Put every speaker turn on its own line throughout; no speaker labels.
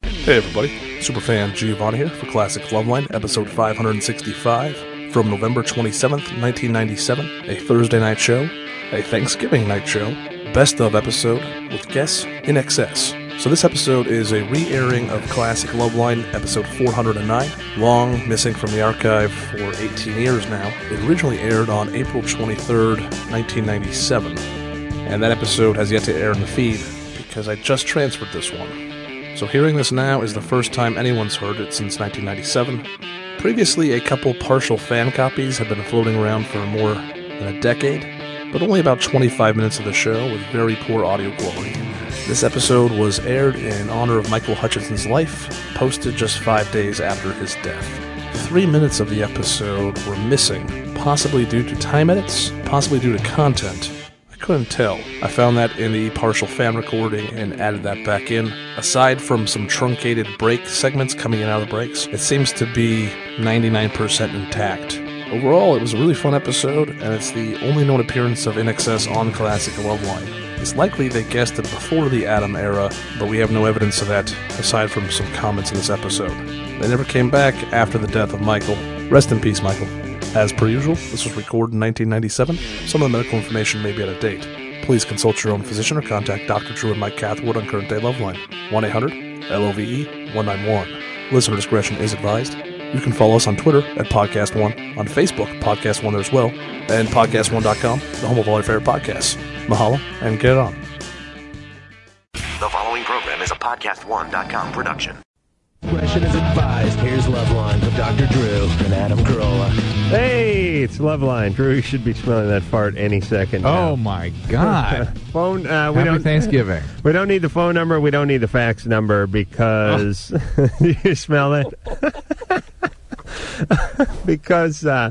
Hey everybody, superfan Giovanni here for Classic Loveline, episode 565 from November 27th, 1997, a Thursday night show, a Thanksgiving night show, best of episode with guests in excess. So this episode is a re-airing of Classic Loveline, episode 409, long missing from the archive for 18 years now. It originally aired on April 23rd, 1997, and that episode has yet to air in the feed because I just transferred this one. So hearing this now is the first time anyone's heard it since 1997. Previously, a couple partial fan copies had been floating around for more than a decade, but only about 25 minutes of the show with very poor audio quality. This episode was aired in honor of Michael Hutchinson's life, posted just five days after his death. Three minutes of the episode were missing, possibly due to time edits, possibly due to content. I couldn't tell. I found that in the partial fan recording and added that back in. Aside from some truncated break segments coming in out of the breaks, it seems to be 99% intact. Overall, it was a really fun episode, and it's the only known appearance of InXS on Classic Loveline. It's likely they guessed it before the Adam era, but we have no evidence of that aside from some comments in this episode. They never came back after the death of Michael. Rest in peace, Michael. As per usual, this was recorded in 1997. Some of the medical information may be out of date. Please consult your own physician or contact Dr. Drew and Mike Cathwood on current day Loveline, 1 800 LOVE 191. Listener discretion is advised. You can follow us on Twitter at Podcast One, on Facebook, Podcast One there as well, and PodcastOne.com, the home of all your favorite podcasts. Mahalo and get it on.
The following program is a podcast1.com production.
Question is advised. Here's Loveline with Dr. Drew and Adam Carolla.
Hey, it's Loveline. Drew, you should be smelling that fart any second.
Oh
now.
my God!
phone. Uh, we
Happy
don't.
Thanksgiving.
we don't need the phone number. We don't need the fax number because
Oh.
do you smell that? because uh,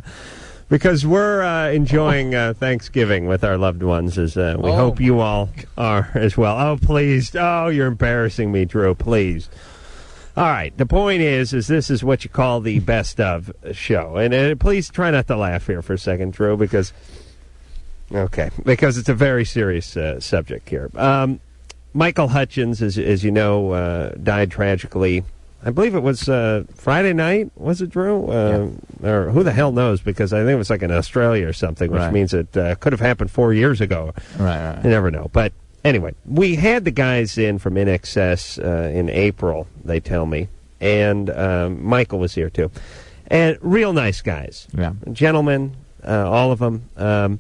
because we're uh, enjoying uh, Thanksgiving with our loved ones. As uh, we
Oh,
hope
my
you all are as well. Oh, please! Oh, you're embarrassing me, Drew. Please. All right. The point is, is this is what you call the best of show, and uh, please try not to laugh here for a second, Drew, because okay, because it's a very serious uh, subject here. Um, Michael Hutchins, as, as you know, uh, died tragically. I believe it was uh, Friday night. Was it Drew? Uh, Or who the hell knows? Because I think it was like in Australia or something, which
Right.
means it uh, could have happened four years ago.
Right, right.
You never know. But anyway, we had the guys in from NXS uh, in April, they tell me. And um, Michael was here too. And real nice guys.
Yeah.
Gentlemen, uh, all of them. Um,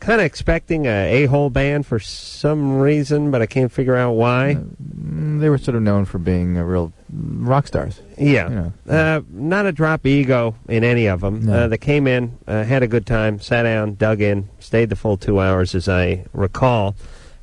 kind of expecting a a hole band for some reason, but I can't figure out why.
Mm, They were sort of known for being a real mm, rock stars.
Yeah. Uh, not a drop of ego in any of them.
No.
Uh, they came in, uh, had a good time, sat down, dug in, stayed the full two hours, as I recall.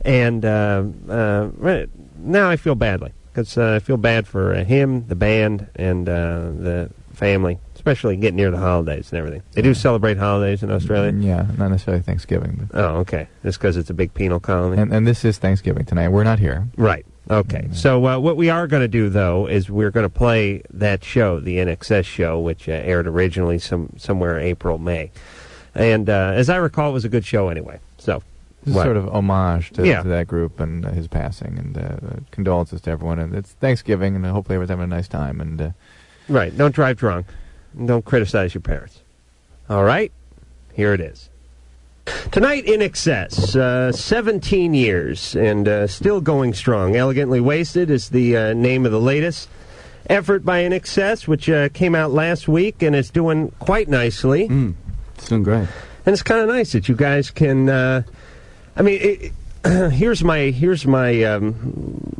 And uh, uh, right- now I feel badly because uh, I feel bad for uh, him, the band, and uh, the family, especially getting near the holidays and everything. They do celebrate holidays in Australia.
Mm, Yeah, not necessarily Thanksgiving, but
Oh, okay. Just because it's a big penal colony.
and and this is Thanksgiving tonight. We're not here.
Right. Okay. So uh, what we are going to do though is we're going to play that show, the NXS show, which uh, aired originally some somewhere April May, and uh, as I recall, it was a good show anyway. So
This is
what?
sort of homage to,
Yeah.
to that group and uh, his passing, and uh, uh, condolences to everyone. And it's Thanksgiving, and hopefully everyone's having a nice time. And uh,
right. Don't drive drunk. And don't criticize your parents. All right. Here it is. Tonight in excess, uh, 17 years and uh, still going strong. Elegantly Wasted is the uh, name of the latest effort by In Excess, which uh, came out last week and is doing quite nicely.
Mm. It's doing great.
and it's kind of nice that you guys can. Uh, I mean, it, here's my here's my um,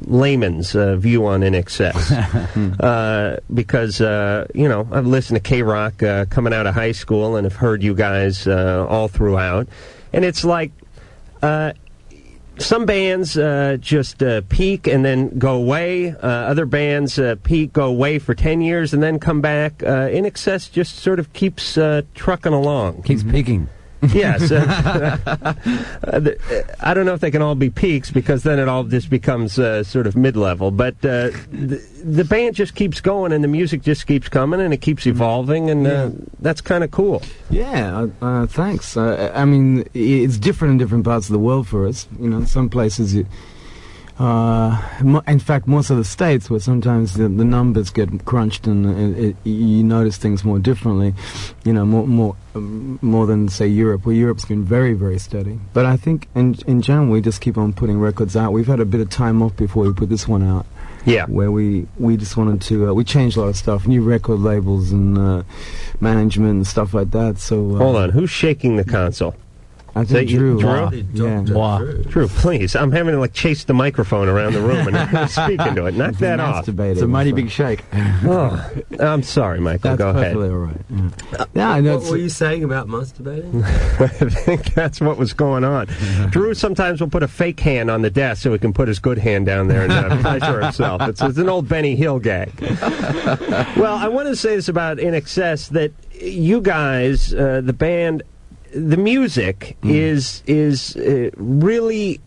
layman's uh, view on NXS uh, because uh, you know I've listened to K Rock uh, coming out of high school and have heard you guys uh, all throughout, and it's like. Uh, some bands uh, just uh, peak and then go away. Uh, other bands uh, peak, go away for 10 years, and then come back. Uh, In Excess just sort of keeps uh, trucking along. Mm-hmm.
Keeps peaking.
Yes. Uh, uh, th- uh, I don't know if they can all be peaks because then it all just becomes uh, sort of mid level. But uh, the, the band just keeps going and the music just keeps coming and it keeps evolving, and uh,
Yeah.
that's kind of cool.
Yeah, uh, uh, thanks. Uh, I mean, i- it's different in different parts of the world for us. You know, some places you, Uh, mo- in fact, most of the states where sometimes the, the numbers get crunched and uh, it, it, you notice things more differently, you know, more more um, more than say Europe, where Europe's been very very steady. But I think in in general we just keep on putting records out. We've had a bit of time off before we put this one out,
Yeah.
where we we just wanted to uh, we changed a lot of stuff, new record labels and uh, management and stuff like that. So uh,
Hold on. Who's shaking the console?
I
that
think
you,
Drew.
Drew?
Yeah.
Drew, please. I'm having to like chase the microphone around the room and speak into it. Knock that off.
Masturbating.
It's a mighty
So-
big shake.
Oh, I'm sorry, Michael.
That's
Go ahead.
perfectly all right. Yeah, yeah I know.
What
it's-
were you saying about masturbating?
I think that's what was going on. Drew sometimes will put a fake hand on the desk so he can put his good hand down there and uh, pleasure himself. It's, it's an old Benny Hill gag. well, I want to say this about In Excess that you guys, uh, the band, the music is is uh, really.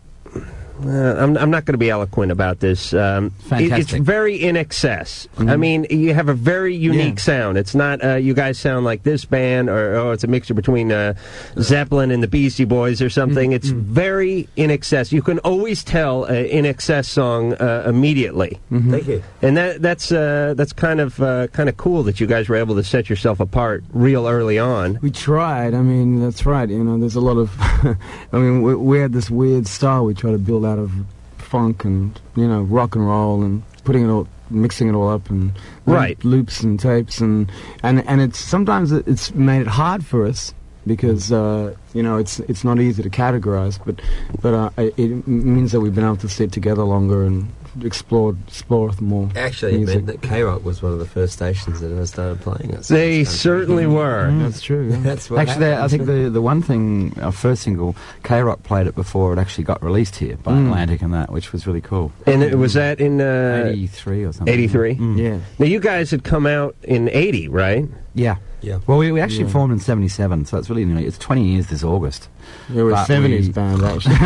Uh, I'm, I'm not going to be eloquent about this. Um, it- it's
Fantastic.
very in excess. I mean, you have a very unique sound. It's not uh, you guys sound like this band, or oh, it's a mixture between uh, Zeppelin and the Beastie Boys or something. It's very in excess. You can always tell an in excess song uh, immediately,
Thank you.
and that that's uh, that's kind of uh, kind of cool that you guys were able to set yourself apart real early on.
We tried. I mean, that's right. You know, there's a lot of. I mean, we, we had this weird style we tried to build out of funk and you know rock and roll and putting it all, mixing it all up and loop-
Right.
loops and tapes and and and it's sometimes it- it's made it hard for us because uh, you know it's it's not easy to categorize, but but uh, it, it means that we've been able to sit together longer and explore explore more.
Actually, it
Music.
meant that K Rock was one of the first stations that ever started playing it. so
They
it's
certainly were.
Mm. That's true. Yeah.
That's what
Actually, I
happened.
think the the one thing, our first single, K Rock played it before it actually got released here by
Mm.
Atlantic and that, which was really cool.
And it, was that in uh,
83 or something.
83?
Yeah.
Now you guys had come out in 80, right?
Yeah.
Yeah.
Well, we, we actually
Yeah.
formed in 77, so it's really nearly, it's 20 years this August.
It was
But
70s
we-
band, actually.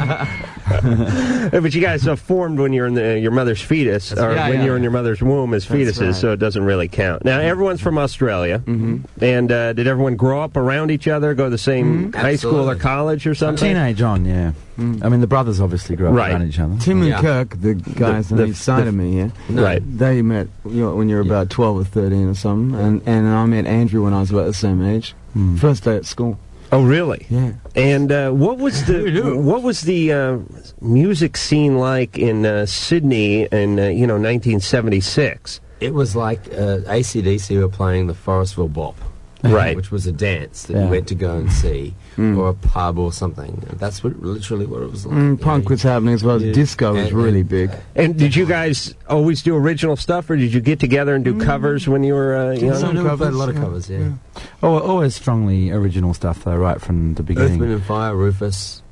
Uh, But you guys are formed when you're in the, your mother's fetus, or
right.
when
Yeah,
you're
yeah.
in your mother's womb as
That's
fetuses,
right.
so it doesn't really count. Now everyone's from Australia, and uh, did everyone grow up around each other, go to the same high school or
Absolutely.
college or something?
Teenage on, yeah. I mean, the brothers obviously grew up
Right.
around each other.
Mm. Tim and
Yeah.
Kirk, the guys
the-
on each side
the-
of me, yeah,
Right.
they met you know, when you were
Yeah.
about 12 or 13 or something, and, and I met Andrew when I was about the same age. First day at school.
Mm. Oh, really?
Hmm. Yeah.
And uh, what was the what was the uh, music scene like in uh, Sydney in uh, you know 1976?
It was like uh, ACDC were playing the Forestville Bop.
Right. Hmm.
Which was a dance that
Yeah.
you went to go and see, or a pub or something. That's what literally what it was
Hmm.
like. you
Mm,
know,
punk was happening as well as
Yeah.
disco was
And-
really
and-
big.
And did you guys always do original stuff, or did you get together and do covers when you were uh,
you
young?
know,
Mm. Some
we played
covers,
a lot of
yeah.
covers, yeah.
Yeah.
Oh, always strongly original stuff, though, right from the
Earth,
beginning.
Wind and Fire, Rufus,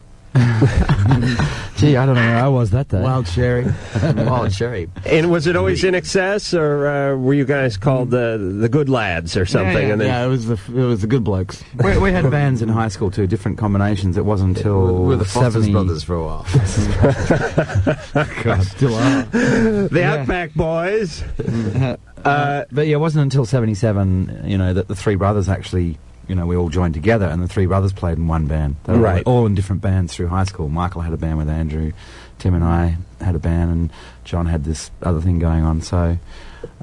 Gee, I don't know where I was that day.
Wild Cherry.
Wild Cherry.
And was it always in excess, or uh, were you guys called the the good lads or something?
Yeah, yeah,
and then
yeah, it was the f- it was the good blokes.
we, we had bands in high school too, different combinations. It wasn't until
we
Oh,
were the Foster's
70
brothers for a while.
Still are.
the Outback Boys.
Uh, but yeah, it wasn't until '77, you know, that the three brothers actually, you know, we all joined together, and the three brothers played in one band. They were
Right.
all in different bands through high school. Michael had a band with Andrew, Tim and I had a band, and John had this other thing going on. So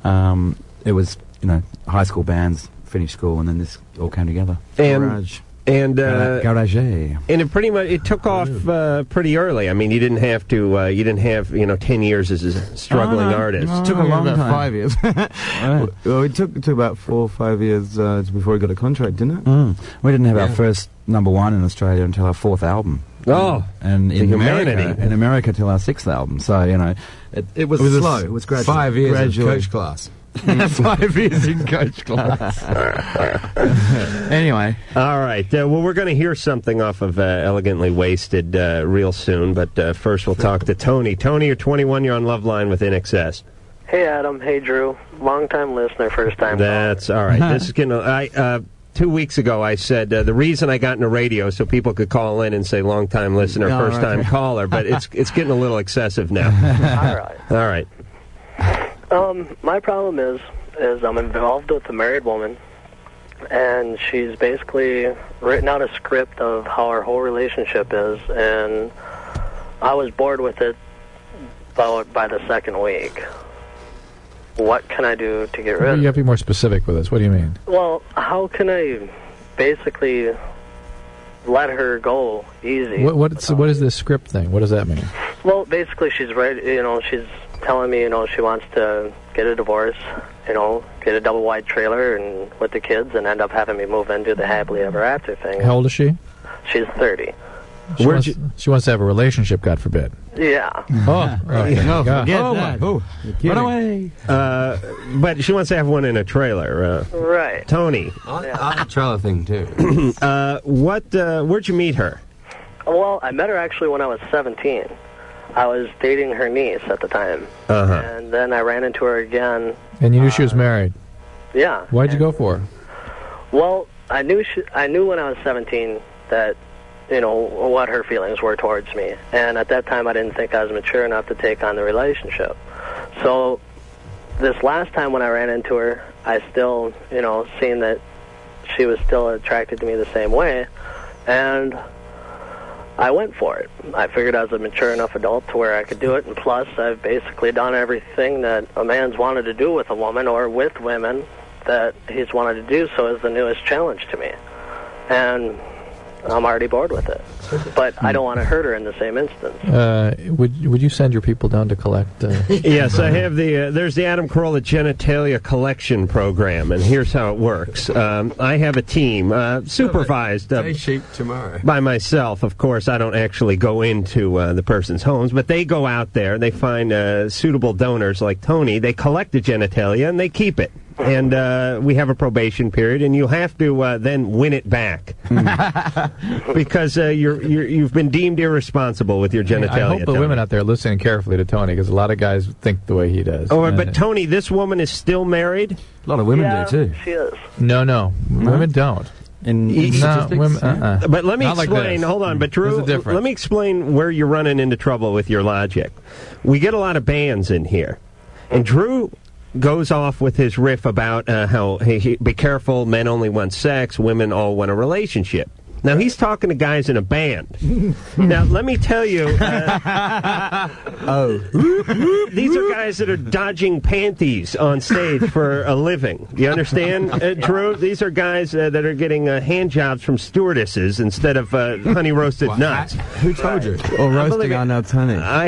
um, it was, you know, high school bands, finished school, and then this all came together.
And
Garage.
and uh,
Garage. eh?
and it pretty much it took off uh, pretty early. I mean, you didn't have to. Uh, you didn't have you know ten years as a struggling
Oh, no.
artist.
No. Took a long
about
time.
five years.
Yeah.
well, it took, it took about four or five years uh, before we got a contract, didn't it?
Hmm.
Mm. We didn't have our
Yeah.
first number one in Australia until our fourth album.
Oh,
and in
The
America,
humanity.
in America till our sixth album. So you know, it, it was,
a
slow.
s-
It was gradual.
Five years
Gradually.
of coach class.
five years in coach class. anyway,
All right. Uh, well, we're going to hear something off of uh, Elegantly Wasted uh, real soon, but uh, first we'll talk to Tony. Tony, you're 21. You're on Love Line with NXS.
Hey Adam, hey Drew, long time listener, first time.
That's all right. this is going to. I uh, two weeks ago I said uh, the reason I got into radio is so people could call in and say long time listener,
Oh,
first time
okay.
caller. But it's it's getting a little excessive now.
All right.
all right.
Um, my problem is, is I'm involved with a married woman, and she's basically written out a script of how our whole relationship is, and I was bored with it followed by the second week. What can I do to get rid
You
of
have to be more specific with us. What do you mean?
Well, how can I basically let her go easy?
What what's, what is this script thing? What does that mean?
Well, basically, she's right. You know, she's telling me, you know, she wants to get a divorce, you know, get a double wide trailer and with the kids, and end up having me move into the happily ever after thing.
How old is she?
She's thirty.
She, wants, she wants to have a relationship. God forbid.
Yeah.
Oh, right.
No,
God.
forget
Oh,
that.
my- oh,
Run away.
away.
Uh, but she wants to have one in a trailer. Uh,
Right.
Tony,
I, I had a trailer thing too.
uh, what? Uh, where'd you meet her?
Well, I met her actually when I was 17. I was dating her niece at the time.
Uh-huh.
And then I ran into her again.
And you knew she was married.
Yeah.
Why'd you go for her?
Well, I knew she, I knew when I was 17 that you know what her feelings were towards me, and at that time I didn't think I was mature enough to take on the relationship. So this last time when I ran into her, I still you know seen that she was still attracted to me the same way, and I went for it. I figured I was a mature enough adult to where I could do it, and plus I've basically done everything that a man's wanted to do with a woman or with women that he's wanted to do so is the newest challenge to me. And I'm already bored with it. But I don't want to hurt her in the same instance.
Uh, would would you send your people down to collect? Uh,
Yes, I have the. Uh, there's the Adam Carolla Genitalia Collection Program, and here's how it works. Um, I have a team uh, supervised uh,
Day sheep tomorrow.
by myself. Of course, I don't actually go into uh, the person's homes, but they go out there. They find uh, suitable donors like Tony. They collect the genitalia and they keep it. And uh, we have a probation period, and you have to uh, then win it back because uh, you're, you're you've been deemed irresponsible with your genitalia.
I hope the
Tony.
women out there are listening carefully to Tony because a lot of guys think the way he does.
Oh,
And-
but Tony, this woman is still married.
A lot of women
yeah,
do too.
She is.
no, no, women don't.
In, in
No,
statistics,
women.
yeah.
Uh, uh
But let me
Not like
explain.
this.
hold on, but Drew,
There's a difference.
let me explain where you're running into trouble with your logic. We get a lot of bands in here, and Drew goes off with his riff about uh, how hey, he, be careful, men only want sex, women all want a relationship. Now he's talking to guys in a band. now let me tell you, uh,
Oh.
these are guys that are dodging panties on stage for a living. You understand, uh, Drew? These are guys uh, that are getting uh, hand jobs from stewardesses instead of uh, honey roasted nuts.
Who told you?
Or
believe
roasting
it.
on our Tony.
I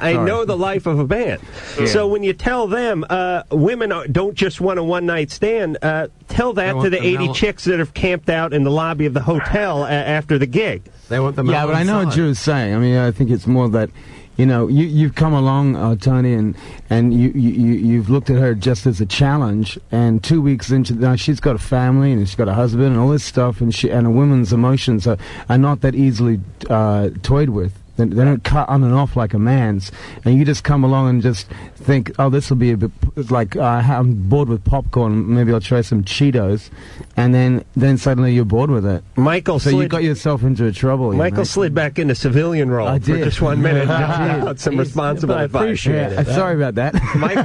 I
Sorry.
know the life of a band. So when you tell them uh, women are- don't just want a one night stand, uh, tell that
want
to the
the
80
mel-
chicks that have camped out in the lobby of the hotel a- after the gig.
They want the
Yeah, but I know
melon
what
side.
Drew's saying. I mean, I think it's more that, you know, you, you've come along, uh, Tony, and, and you, you, you, you've looked at her just as a challenge. And two weeks into now, she's got a family and she's got a husband and all this stuff, and she and a woman's emotions are, are not that easily uh, toyed with. They, they don't cut on and off like a man's, and you just come along and just think, oh, this will be a bit it's like uh, I'm bored with popcorn. Maybe I'll try some Cheetos, and then then suddenly you're bored with it.
Michael
So
slid,
you got yourself into trouble. you
Michael
know?
slid back into civilian role
I
for
did.
just one minute.
I
and
did.
got some
He's-
responsible
but I
advice.
appreciate
Yeah, uh, sorry about that.
Michael, Michael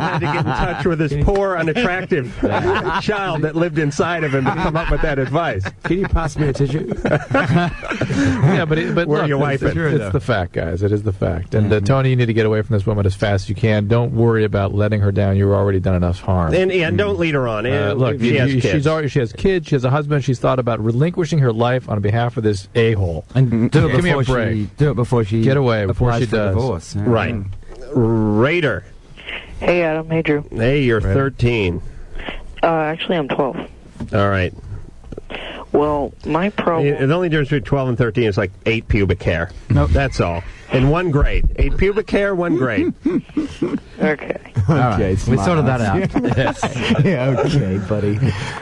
had to get in touch with his poor, unattractive child that lived inside of him to come up with that advice.
Can you pass me a tissue?
yeah, but it, but
Where
look,
you wipe
it's,
it.
it's the fact, guys. It is the fact. And
Mm-hmm.
uh, Tony, you need to get away from this woman as fast as you can. Don't worry about letting her down. You've already done enough harm.
And, and don't lead her on.
Uh, look,
she
you-
has
you-
kids.
she's already she has kids. She has a husband. She's thought about relinquishing her life on behalf of this a hole.
And do it
Give me a
before she.
break.
Do it before she.
Get away, before
applies
she
for
does.
Divorce. yeah.
Right. Raider.
Hey, Adam. Hey, Drew.
Hey, you're 13.
Uh, actually, I'm 12.
All right.
Well, my problem.
The only difference between 12 and 13 is like eight pubic hair. No, That's all. In one grade. Eight pubic hair, one grade.
Okay.
All right. We
smart
sorted that out.
yeah, okay, buddy.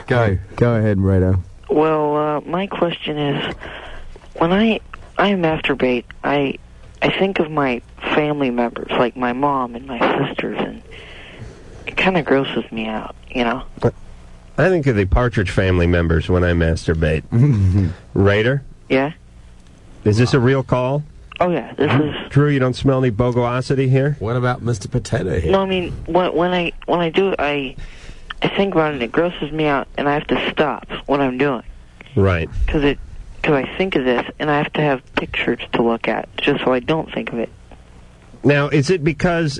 Go.
Go ahead, Rado.
Well, uh, my question is, when I I masturbate, I I think of my family members, like my mom and my sisters, and it kind of grosses me out, you know.
I think of the Partridge family members when I masturbate. Raider,
Yeah.
is this a real call?
Oh yeah. This is
Drew, you don't smell any bogosity here?
What about Mr. Potato Head?
no. I mean, when when I when I do it, I I think about it, and it grosses me out, and I have to stop what I'm doing.
Right.
because it because I think of this and I have to have pictures to look at just so I don't think of it.
Now, is it because?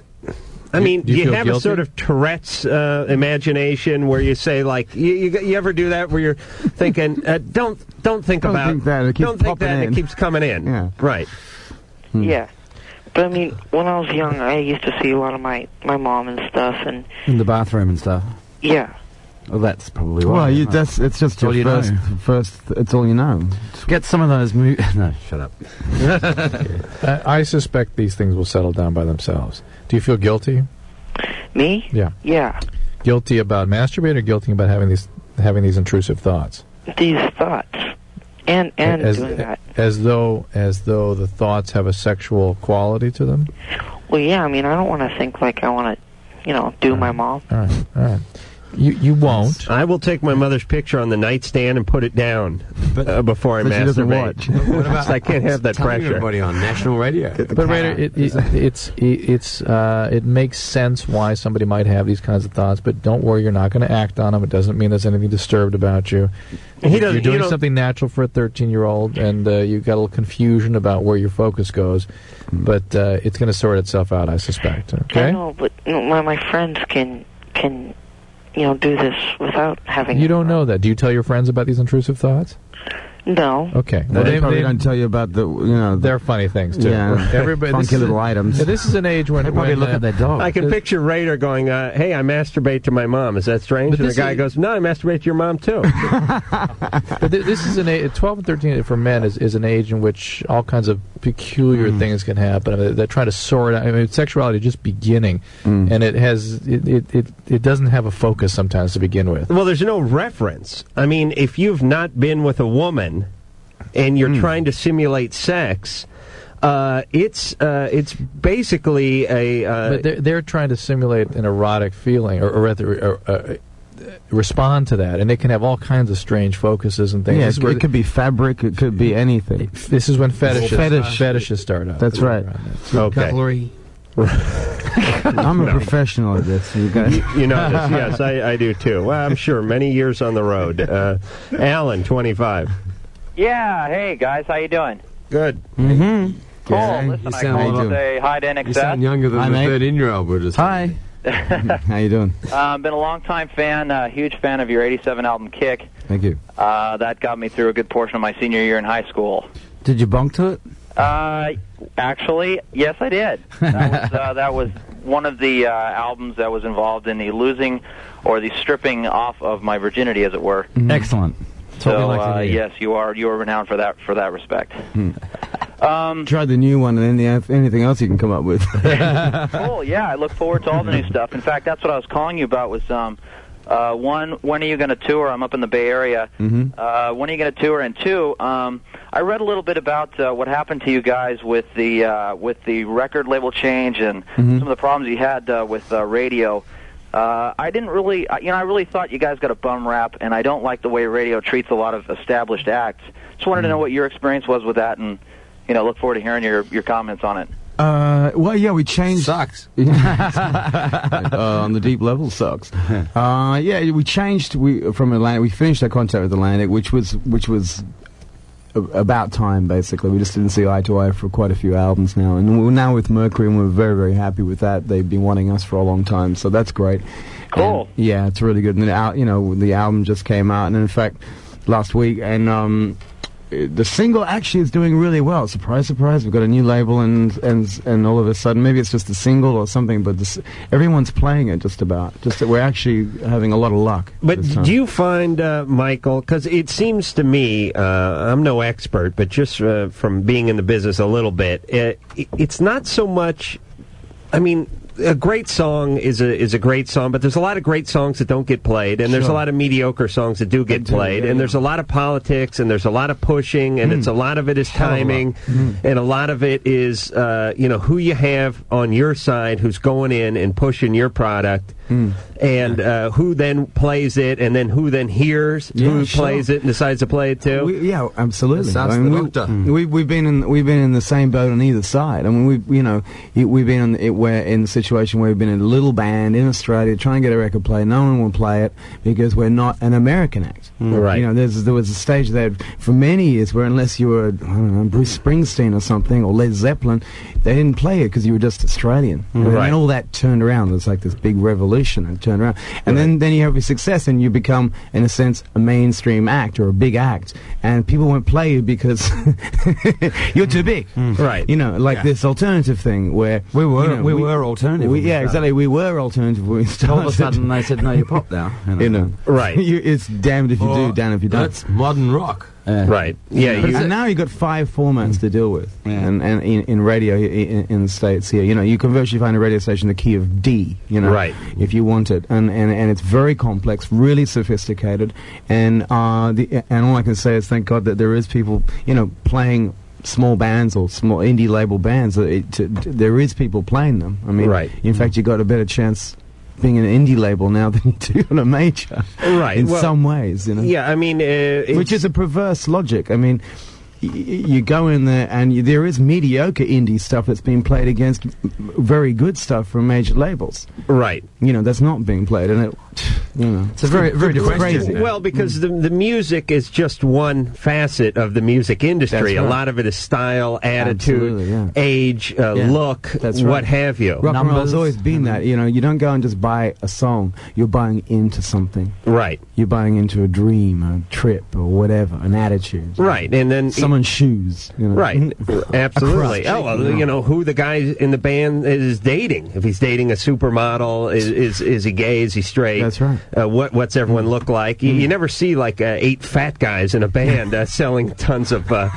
I mean,
do
do
you
you,
feel
have
guilty?
a sort of Tourette's uh, imagination where you say, like, you, you, you ever do that where you're thinking, uh, don't don't think
Don't
about
think that, it keeps
don't think
popping
that
in.
it keeps coming in.
Yeah.
Right.
Yeah. But I mean, when I was young, I used to see a lot of my my mom and stuff, and
in the bathroom and stuff.
yeah,
Well, that's probably why.
Well, you,
isn't it?
that's it's just
It's all
your
you know.
first, first. It's all you know.
Get some of those movies. No, shut up.
I, I suspect these things will settle down by themselves. Do you feel guilty?
me,
Yeah,
yeah,
guilty about masturbating or guilty about having these having these intrusive thoughts?
these thoughts, and and
as,
doing that.
as though as though the thoughts have a sexual quality to them.
Well, yeah, I mean, I don't want to think like I want to, you know, do
Uh-huh.
my mom.
All right, all right. You you won't.
I will take my mother's picture on the nightstand and put it down uh, before I
but she doesn't
masturbate.
watch.
What about,
I can't have that
tell
pressure.
everybody on national radio.
But Raider, it, it, it's it, it's uh, it makes sense why somebody might have these kinds of thoughts, but don't worry, you're not going to act on them. It doesn't mean there's anything disturbed about you.
He
you're
doesn't. you
doing
don't-
something natural for a 13 year old, and uh, you've got a little confusion about where your focus goes, but uh, it's going to sort itself out, I suspect.
I
Okay.
know, but you know, my my friends can can, you know, do this without having.
You don't know that. Do you tell your friends about these intrusive thoughts?
No.
Okay.
Well, they, probably don't tell you about the you know the
they're funny things too.
Yeah.
Everybody.
funky
this,
little items.
yeah, this is an age when
They probably
when,
look
uh,
at their dog.
I can picture Raider going, uh, "Hey, I masturbate to my mom. Is that strange?"
But
And the
this
guy
is-
goes, "No, I masturbate to your mom too."
But th- this is an age, 12 and 13 for men is, is an age in which all kinds of peculiar
Mm.
things can happen. I mean, they're trying to sort out. I mean, sexuality is just beginning,
Mm.
and it has it, it, it, it doesn't have a focus sometimes to begin with.
Well, there's no reference. I mean, if you've not been with a woman and you're trying to simulate sex, uh, it's uh, it's basically a uh,
but they're, they're trying to simulate an erotic feeling, or, or rather, or, uh, respond to that, and they can have all kinds of strange focuses and things.
yeah,
this,
it,
is where
it could be fabric. It could be anything.
this is when fetishes
Fetish.
fetishes start up.
That's right.
okay.
Cutlery.
I'm a professional at this. You guys.
You know this, yes, I, I do too. Well, I'm sure many years on the road. Uh, Alan, 25.
Yeah. Hey guys, how you doing?
Good.
Mm-hmm.
Cool.
Yeah,
Listen,
you
I
sound
called
older.
to say hi to
You sound
NXS.
younger than
Hi,
the
mate.
13 year old would have
Hi.
How you doing?
Um, been a long time fan, uh, huge fan of your '87 album Kick.
Thank you.
Uh, that got me through a good portion of my senior year in high school.
Did you bonk to it?
Uh, actually, yes, I did. That was, uh, that was one of the uh, albums that was involved in the losing or the stripping off of my virginity, as it were.
Excellent. That's what we
So
like to
uh,
hear.
yes, you are you are renowned for that for that respect. um,
Try the new one and any, anything else you can come up with.
cool. Yeah, I look forward to all the new stuff. In fact, that's what I was calling you about. Was um, uh, one, when are you going to tour? I'm up in the Bay Area. Uh, when are you going to tour? And two, um, I read a little bit about uh, what happened to you guys with the uh, with the record label change and
Mm-hmm.
some of the problems you had uh, with uh, radio. Uh, I didn't really, I- you know, I really thought you guys got a bum rap, and I don't like the way radio treats a lot of established acts. Just
Mm-hmm.
wanted to know what your experience was with that, and you know, look forward to hearing your your comments on it.
Uh, well, yeah, we changed.
Sucks.
uh, on the deep level sucks. Uh, yeah, we changed we, from Atlantic. We finished our contract with Atlantic, which was which was a- about time basically. We just didn't see eye to eye for quite a few albums now, and we're now with Mercury, and we're very very happy with that. They've been wanting us for a long time, so that's great.
Cool.
And, yeah, it's really good. And the al- you know, the album just came out, and in fact, last week, and um, uh, the single actually is doing really well. Surprise, surprise! We've got a new label, and and and all of a sudden, maybe it's just a single or something, but this, everyone's playing it just about. Just that we're actually having a lot of luck.
But
this time.
do you find, uh, Michael, because it seems to me, uh, I'm no expert, but just uh, from being in the business a little bit, it, it's not so much. I mean, a great song is a is a great song, but there's a lot of great songs that don't get played, and there's a
Sure.
lot of mediocre songs that do get
do,
played,
yeah,
and
yeah.
there's a lot of politics, and there's a lot of pushing, and it's a lot of it is
of a lot. Hmm.
timing, and a lot of it is uh, you know who you have on your side who's going in and pushing your product,
Hmm.
and uh, who then plays it, and then who then hears who
Yeah, sure.
plays it and decides to play it too.
We, yeah, absolutely.
That's the
we, Mm.
doctor.
we, we've been in we've been in the same boat on either side. I mean, we have you know it- we've been in it, we're in situ- situation where we've been in a little band in Australia trying to get a record play. No one will play it because we're not an American act.
Mm. Right.
You know, there's, there was a stage there for many years where unless you were, I don't know, Bruce Springsteen or something or Led Zeppelin, they didn't play it because you were just Australian.
Mm.
And
Right.
then all that turned around. It's like this big revolution and turned around. And then, then you have your success and you become, in a sense, a mainstream act or a big act. And people won't play you because you're too big.
Right.
You know, like
Mm. Yeah.
this alternative thing where
We were-
you know,
we were alternative
we-
when we
yeah,
started.
exactly. We were alternative when we started.
All of a sudden they said, "No, you're pop now." You know.
you know,
Right.
you, it's damned if you do,
Or,
damned if you don't.
That's modern rock.
Yeah.
Right. Yeah.
But
You,
it's- now you've got five formats to deal with, and, and in, in radio i- i- in, in the states here, you know, you can virtually find a radio station the key of D, you know,
Right.
if you want it, and and, and it's very complex, really sophisticated, and uh, the and all I can say is thank God that there is people, you know, playing small bands or small indie label bands. uh, It, to, to- there is people playing them. I mean,
Right.
In fact, you got a better chance being an indie label now than you do on a major,
Right,
In
well-
some ways, you know.
yeah. I mean, uh, it's-
Which is a perverse logic. I mean, y- y- you go in there and you, there is mediocre indie stuff that's being played against very good stuff from major labels.
right.
You know, that's not being played, and it, you know,
It's a very, very different
question. Mm.
question.
Well, because the the music is just one facet of the music industry.
That's
A
right.
lot of it is style, attitude,
Absolutely, yeah.
age, uh,
Yeah.
look,
That's
what
right.
have you.
rock and roll's
Numbers. Mm-hmm.
always been that. You know, you don't go and just buy a song; you're buying into something.
Right.
You're buying into a dream, a trip, or whatever, an attitude.
Right. And then
Someone's shoes. You know. Mm-hmm.
Right, absolutely. Oh, well,
Yeah.
you know who the guy in the band is dating. If he's dating a supermodel, is is, is he gay? Is he straight?
That's right.
Uh, what what's everyone look like? You, you never see like uh, eight fat guys in a band uh, selling tons of uh,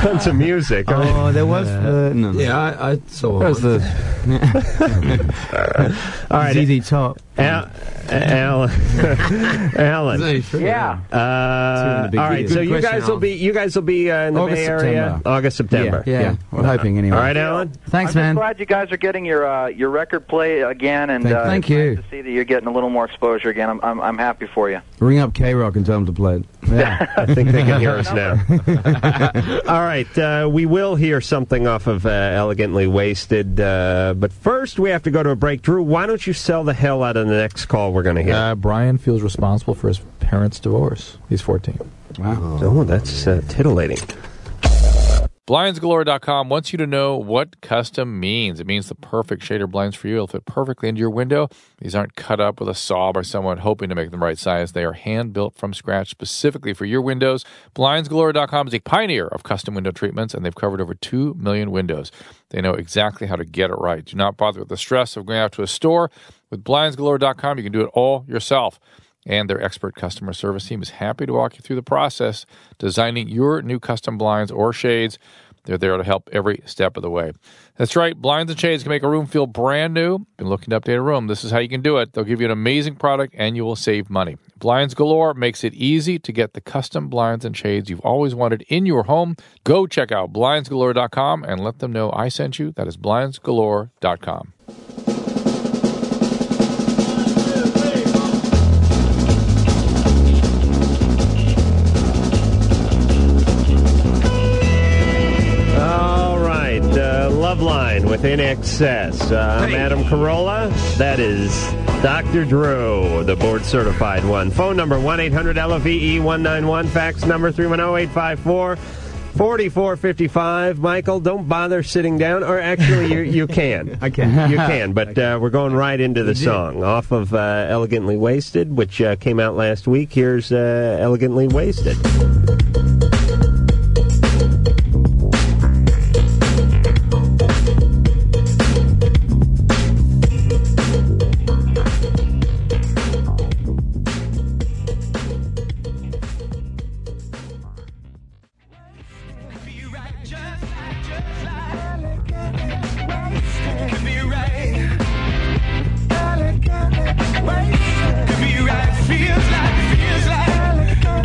tons of music.
Oh, there was uh, no. no.
Yeah, I, I saw.
Where's the
All right,
ZZ Top.
Al, Al, Alan.
Yeah.
Uh,
big
all right,
deal.
so
Good
you
question,
guys will
Alan.
be you guys will be uh, in the
August,
Bay Area
September.
August September.
Yeah,
Yeah, we're hoping anyway.
All right, Alan.
Thanks,
I'm
man.
Just glad you guys are getting your uh, your record play again, and
Thank-
uh,
thank
it's nice
you.
to see that you're getting a little more exposure again. I'm I'm, I'm happy for you.
Ring up K Rock and tell them to play it. Yeah.
I think they can hear us now. All right, uh, we will hear something off of uh, Elegantly Wasted, uh, but first we have to go to a break. Drew, why don't you sell the hell out of the next call we're going to hear?
Uh, Brian feels responsible for his parents' divorce. He's 14.
oh, that's uh, titillating.
BlindsGalore.com wants you to know what custom means. It means the perfect shade of blinds for you. It'll fit perfectly into your window. These aren't cut up with a saw by someone hoping to make them right size. They are hand built from scratch specifically for your windows. BlindsGalore.com is a pioneer of custom window treatments, and they've covered over 2 million windows. They know exactly how to get it right. Do not bother with the stress of going out to a store. With BlindsGalore.com, you can do it all yourself and their expert customer service team is happy to walk you through the process designing your new custom blinds or shades. They're there to help every step of the way. That's right, blinds and shades can make a room feel brand new. Been looking to update a room. This is how you can do it. They'll give you an amazing product and you will save money. Blinds Galore makes it easy to get the custom blinds and shades you've always wanted in your home. Go check out blindsgalore.com and let them know I sent you. That is blindsgalore.com.
All right, uh, Love Line with In Excess. Uh, I'm Adam Carolla. That is Dr. Drew, the board certified one. Phone number 1 800 LOVE 191. Fax number 310 854 4455. Michael, don't bother sitting down, or actually, you, you can.
I can.
You can, but uh, we're going right into the song off of uh, Elegantly Wasted, which uh, came out last week. Here's uh, Elegantly Wasted.
Feels like, feels like, I'm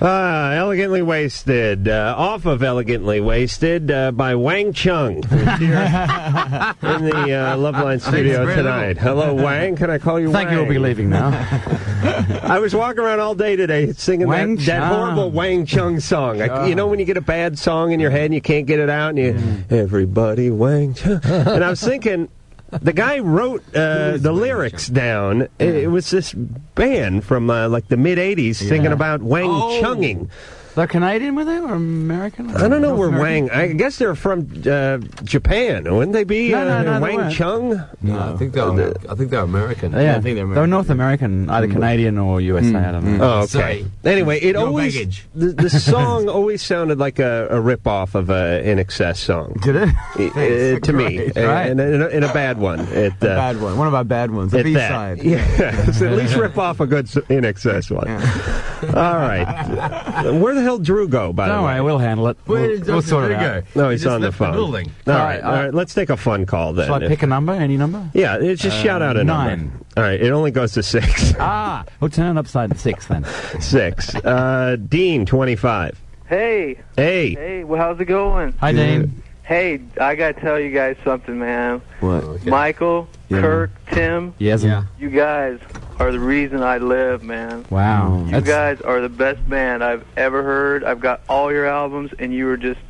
Ah, Elegantly Wasted, uh, off of Elegantly Wasted uh, by Wang Chung, who's here in the uh, Loveline studio
very
tonight.
little.
Hello, Wang. Can I call you
Thank you.
Wang?
We'll be leaving now.
I was walking around all day today singing
Wang
that, that
Chung.
horrible Wang Chung song. Like, you know when you get a bad song in your head and you can't get it out, and you,
Mm.
everybody Wang Chung. and I was thinking, the guy wrote uh, the lyrics down. It, it was this band from uh, like the mid 80s singing about Wang
Oh.
Chunging.
They're Canadian, were they, or American?
I don't know
North
where
American?
Wang. I guess they're from uh, Japan, wouldn't they be?
No, no,
uh,
no, they
Wang
weren't.
Chung.
No, I think they're I think they're American.
Yeah,
I think
they
they're
were
American.
North American, either Canadian or USA. I don't know.
Oh, okay. Anyway, it
No
always
baggage.
the, the song always sounded like a, a rip off of a In Excess song.
Did it?
Uh, to me,
Right.
and, and, and a bad one. It, uh,
bad one. One of our bad ones. The
at
B
that.
side.
Yeah, so at least rip off a good s- in excess one. All right, where the hell Drew go? By
Don't
the way,
worry, we'll handle it.
Where
We'll,
did
we'll
Dr.
sort it
Drew
out.
go?
no,
He
he's
just
on the
left the
phone.
building.
All
All
right,
right,
all
uh,
right, let's take a fun call then.
Shall I
If-
pick a number? Any number?
yeah, it's just shout out a
nine.
number. All right, it only goes to six.
Ah, we'll turn it upside six then.
six. Uh, Dean, twenty-five.
Hey,
Hey,
hey, well, how's it going?
Hi, Dean.
Hey, I gotta tell you guys something, man.
What?
Michael,
Yeah.
Kirk, Tim,
Yes. Yeah.
you guys are the reason I live, man.
Wow.
You
That's-
guys are the best band I've ever heard. I've got all your albums, and you are just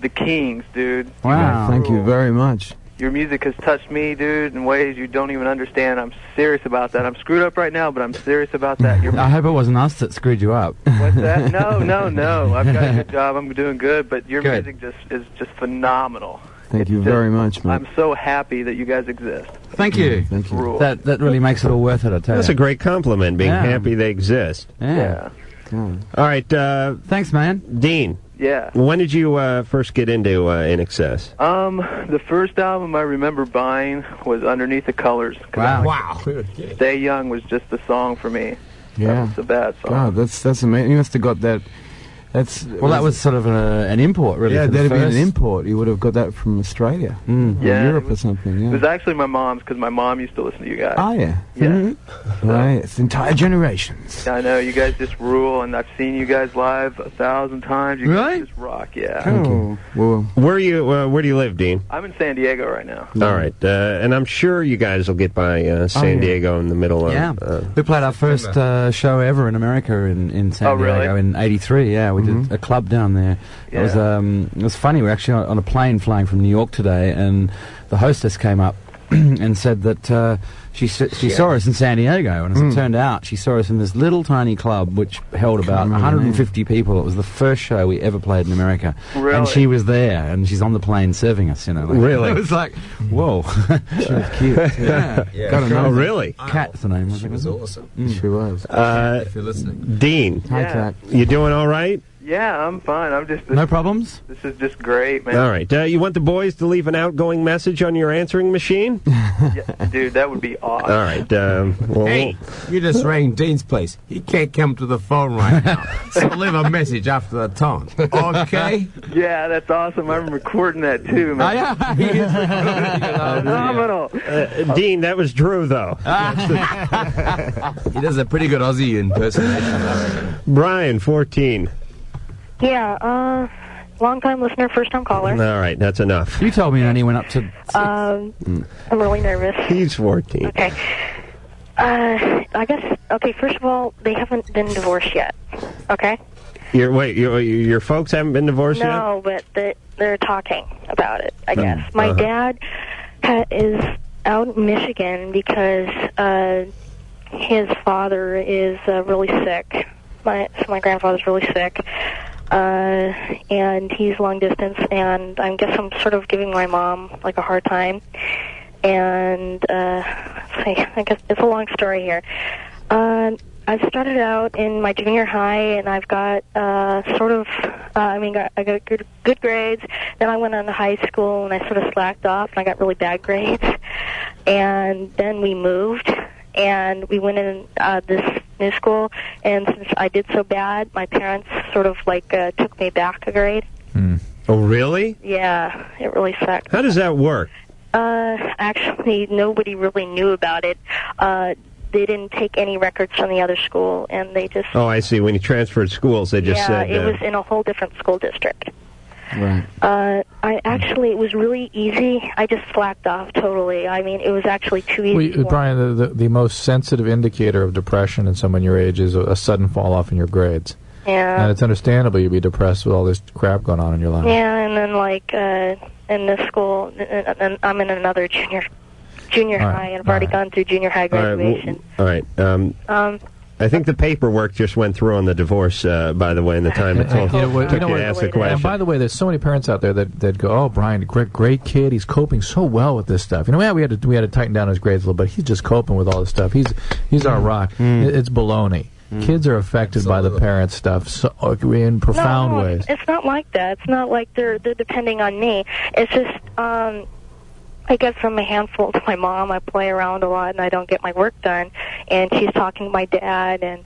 the kings, dude.
Yeah, Thank you very much.
Your music has touched me, dude, in ways you don't even understand. I'm serious about that. I'm screwed up right now, but I'm serious about that. You're
I hope it wasn't us that screwed you up.
What's that? No, no, no. I've got a good job. I'm doing good, but your
Good.
music just is just phenomenal.
Thank you very much, man.
I'm so happy that you guys exist.
Thank you.
Thank you.
Rule.
That that really makes it all worth it. I tell
that's a
you.
great compliment. Being
Yeah.
happy they exist.
yeah.
All right, uh,
Thanks, man.
Dean.
Yeah.
When did you uh, first get into uh, In Excess?
Um, the first album I remember buying was Underneath the Colors. 'cause
Wow.
Wow.
Stay Young was just the song for me. That
Yeah.
was the bad song.
Wow, that's that's amazing. You must have got that. That's
Well, that was sort of a, an import, really.
yeah.
for the
That'd have been
first- Mm.
an import. You would have got that from Australia, or
Yeah, it
Europe,
was-
or something. Yeah.
It was actually my mom's because my mom used to listen to you guys.
Oh yeah.
Yeah.
Mhm. Right. It's entire generations.
I know you guys just rule, and I've seen you guys live a thousand times. You
Really?
guys just rock, yeah. Oh.
Thank you. Well,
Where you? Uh, where do you live, Dean?
I'm in San Diego right now.
All right, uh, and I'm sure you guys will get by uh, San
Oh, yeah.
Diego in the middle of.
Yeah.
Uh,
we played our first uh, show ever in America in, in San
Oh, really? Mm-hmm.
Diego in '83. Yeah, we did a club down there. It was
Yeah.
um, it was funny. We were actually on, on a plane flying from New York today, and the hostess came up and said that uh, she s- she saw us in San Diego, and as
Mm.
it turned out, she saw us in this little tiny club which held about 150 people. It was the first show we ever played in America,
Really?
and she was there, and she's on the plane serving us. You know, like,
Really?
It was like, whoa, Mm. she was cute. Yeah,
Yeah.
Gotta
Sure.
know
oh,
that.
really?
Cat's the name. wasn't it?
She
Mm.
was awesome.
she was.
Uh,
If you're listening.
Dean,
Hi,
Yeah.
Kat.
you doing all right?
Yeah, I'm fine. I'm just this,
No problems?
this is just great, man.
All right. Uh, you want the boys to leave an outgoing message on your answering machine?
Yeah, dude, that would be awesome.
All right. Um, well,
Hey, you just rang Dean's place. He can't come to the phone right now. so leave a message after the tone. Okay?
Yeah, that's awesome. I'm recording that too,
Oh,
man.
yeah. He is recording.
Phenomenal.
uh, Dean, that was Drew, though.
Ah.
He does a pretty good Aussie impersonation.
Brian, 14.
Yeah, uh, long time listener, first time
All
caller.
right, that's enough. Hmm.
you told me when he went up to.
Um, I'm really nervous.
He's 14.
Okay. Uh, I guess, okay, first of all, they haven't been divorced yet. Okay?
Your, wait, your, your folks haven't been divorced
No, but they, they're talking about it, I guess. My
uh-huh.
dad ha- is out in Michigan because uh, his father is uh, really sick. My so my grandfather's really sick, uh, and he's long distance. And I guess I'm sort of giving my mom like a hard time. And uh, let's see, I guess it's a long story here. Uh, I started out in my junior high, and I've got uh, sort of, uh, I mean, got, I got good, good grades. Then I went on to high school, and I sort of slacked off, and I got really bad grades. And then we moved, and we went in uh, this new school. And since I did so bad, my parents sort of like uh, took me back a grade.
yet? Oh, really?
Yeah, it really sucked.
How does that work?
Uh, actually, nobody really knew about it. Uh, they didn't take any records from the other school, and they just
Oh, I see. When you transferred schools, they just
yeah,
said
it
uh,
was in a whole different school district.
right.
Uh, I actually it was really easy. I just slacked off totally. I mean, it was actually too easy.
Well, you- uh,
for
Brian, the, the, the most sensitive indicator of depression in someone your age is a, a sudden fall off in your grades.
Yeah.
And it's understandable you'd be depressed with all this crap going on in your life.
Yeah, and then like uh, in this school, and, and I'm in another junior junior
All right,
high, and I've already gone through junior high
All right. w-
graduation.
all right. Um,
Um,
I think the paperwork just went through on the divorce. Uh, by the way, in the time it took,
You know what-
took
you know
you
what-
to ask the
And
question.
by the way, there's so many parents out there that, that go, "Oh, Brian, great, great kid. He's coping so well with this stuff. You know, yeah, we had to we had to tighten down his grades a little bit. He's just coping with all this stuff. He's he's our rock. It- It's baloney. Kids are affected by the parents' stuff so, uh, in profound
no,
ways.
It's not like that. It's not like they're they're depending on me. It's just um I get from a handful to my mom. I play around a lot and I don't get my work done and she's talking to my dad and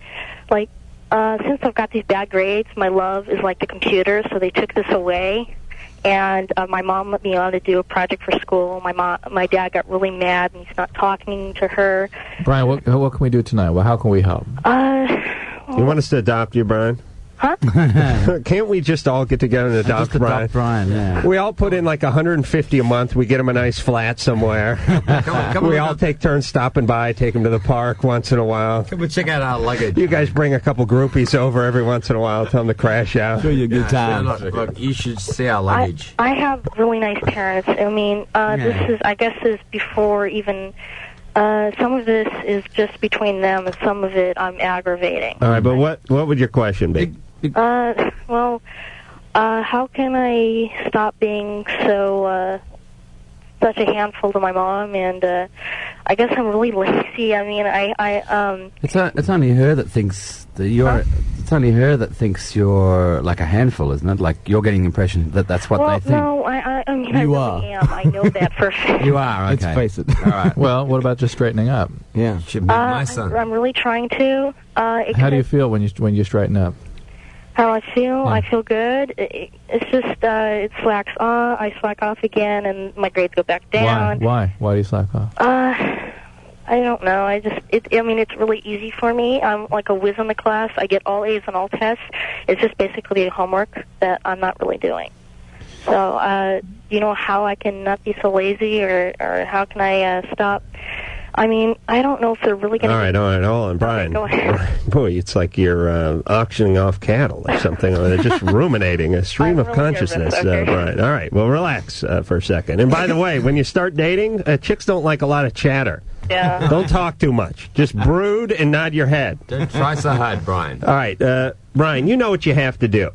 like uh since I've got these bad grades, my love is like the computer, so they took this away. And uh, my mom let me on to do a project for school. My mom, my dad got really mad, and he's not talking to her.
Brian, what what can we do tonight? Well, how can we help?
Uh,
You want us to adopt you, Brian?
Huh?
Can't we just all get together and adopt Brian? Brian, yeah. We all put in like 150 a month. We get him a nice flat somewhere. we all take turns stopping by, take him to the park once in a while.
Come and check out our luggage.
You guys bring a couple groupies over every once in a while, tell them to crash out.
Yeah, yeah, Look, look, you should see our
I,
luggage.
I have really nice parents. I mean, uh, this
Yeah.
is, I guess, is before even. Uh, some of this is just between them, and some of it I'm aggravating.
All right, but what what would your question be?
Uh, well, uh, how can I stop being so uh, such a handful to my mom? And uh, I guess I'm really lazy. I mean, I, I, um,
It's, o it's only her that thinks that you're. It's only her that thinks you're like a handful, isn't it? Like you're getting the impression that that's what
well,
they think.
no, I, I, I mean, I
You
really
are.
am. I know that for a fact.
You are okay.
face it. All right. Well, what about just straightening up?
Yeah.
Should
Uh, I'm, I'm really trying to. Uh, it
How do you feel when you when you straighten up?
how I feel. I feel good. It- It, it's just uh, it slacks off. I slack off again, and my grades go back down.
Why? Why? Why do you slack off?
Uh, I don't know. I just it. I mean, it's really easy for me. I'm like a whiz in the class. I get all A's on all tests. It's just basically homework that I'm not really doing. So, uh, you know how I can not be so lazy, or or how can I uh, stop? I mean, I don't know if they're really
All
going to
right, all right, all on, Brian.
go ahead.
Boy, it's like you're uh, auctioning off cattle or something. or they're just ruminating, a stream of consciousness, uh, Brian. All right, well, relax uh, for a second. And by the way, when you start dating, uh, chicks don't like a lot of chatter.
Yeah.
Don't talk too much. Just brood and nod your head.
Don't try so hard, Brian.
All right, uh, Brian, you know what you have to do.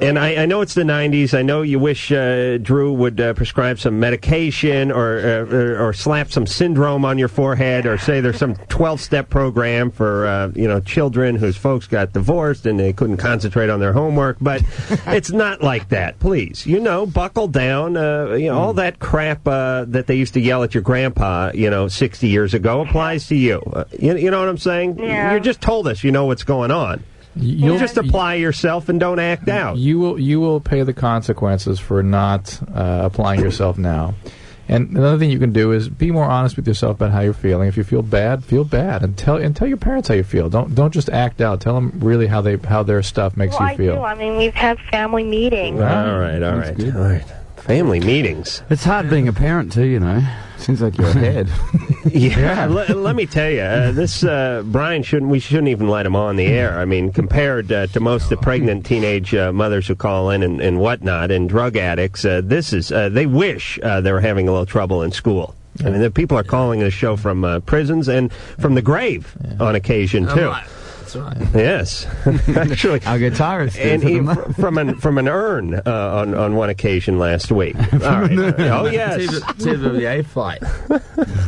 And I, I know it's the 90s. I know you wish uh, Drew would uh, prescribe some medication or, uh, or or slap some syndrome on your forehead or say there's some 12-step program for uh, you know children whose folks got divorced and they couldn't concentrate on their homework. But it's not like that. Please, you know, buckle down. Uh, you know, all that crap uh, that they used to yell at your grandpa, you know, 60 years ago applies to you. Uh, you, you know what I'm saying?
Yeah.
You're just told us you know what's going on.
You'll-
you just apply yourself and don't act out.
You will you will pay the consequences for not uh, applying yourself now. And another thing you can do is be more honest with yourself about how you're feeling. If you feel bad, feel bad, and tell and tell your parents how you feel. Don't don't just act out. Tell them really how they how their stuff makes
well,
you feel.
I do. I mean, we've had family meetings.
All right, all right, all right. Family meetings.
It's hard being a parent too, you know.
Seems like you're ahead.
Yeah, le- let me tell you, uh, this uh, Brian shouldn't. We shouldn't even let him on the air. I mean, compared uh, to most of the pregnant teenage uh, mothers who call in and, and whatnot, and drug addicts, uh, this is uh, they wish uh, they were having a little trouble in school. I mean, the people are calling the show from uh, prisons and from the grave on occasion
I'm
too.
right. That's right.
Yes, actually, our guitarist and he, fr- from an from an urn uh, on on one occasion last week. All right. Oh yes,
Tip, tip of the A flight.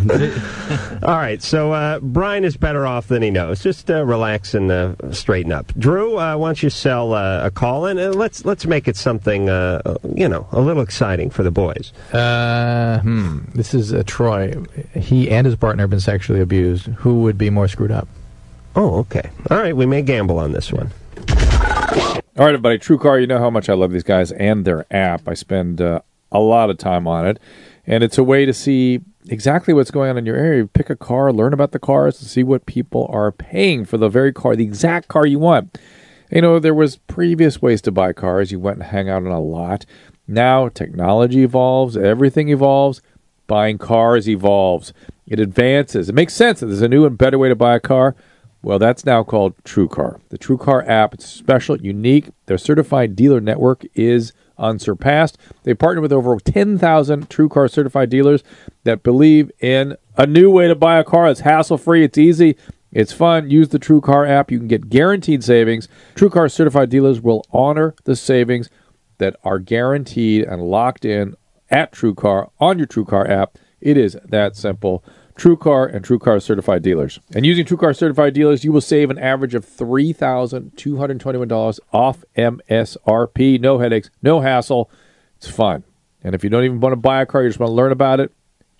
All right, so uh, Brian is better off than he knows. Just uh, relax and uh, straighten up. Drew, uh, why don't you sell uh, a call in? Uh, let's let's make it something uh, you know a little exciting for the boys.
Uh, hmm. This is uh, Troy. He and his partner have been sexually abused. Who would be more screwed up?
Oh, okay. All right, we may gamble on this one.
All right, everybody. True Car, you know how much I love these guys and their app. I spend uh, a lot of time on it, and it's a way to see
exactly what's going on in your area. Pick a car, learn about the cars, and see what people are paying for the very car, the exact car you want. You know, there was previous ways to buy cars. You went and hang out on a lot. Now technology evolves, everything evolves. Buying cars evolves. It advances. It makes sense that there's a new and better way to buy a car. Well, that's now called TrueCar. The TrueCar app, it's special, unique. Their certified dealer network is unsurpassed. They partner with over 10,000 TrueCar certified dealers that believe in a new way to buy a car. It's hassle free, it's easy, it's fun. Use the TrueCar app. You can get guaranteed savings. TrueCar certified dealers will honor the savings that are guaranteed and locked in at TrueCar on your TrueCar app. It is that simple. TrueCar and TrueCar certified dealers. And using TrueCar certified dealers, you will save an average of $3,221 off MSRP. No headaches, no hassle. It's fun. And if you don't even want to buy a car, you just want to learn about it,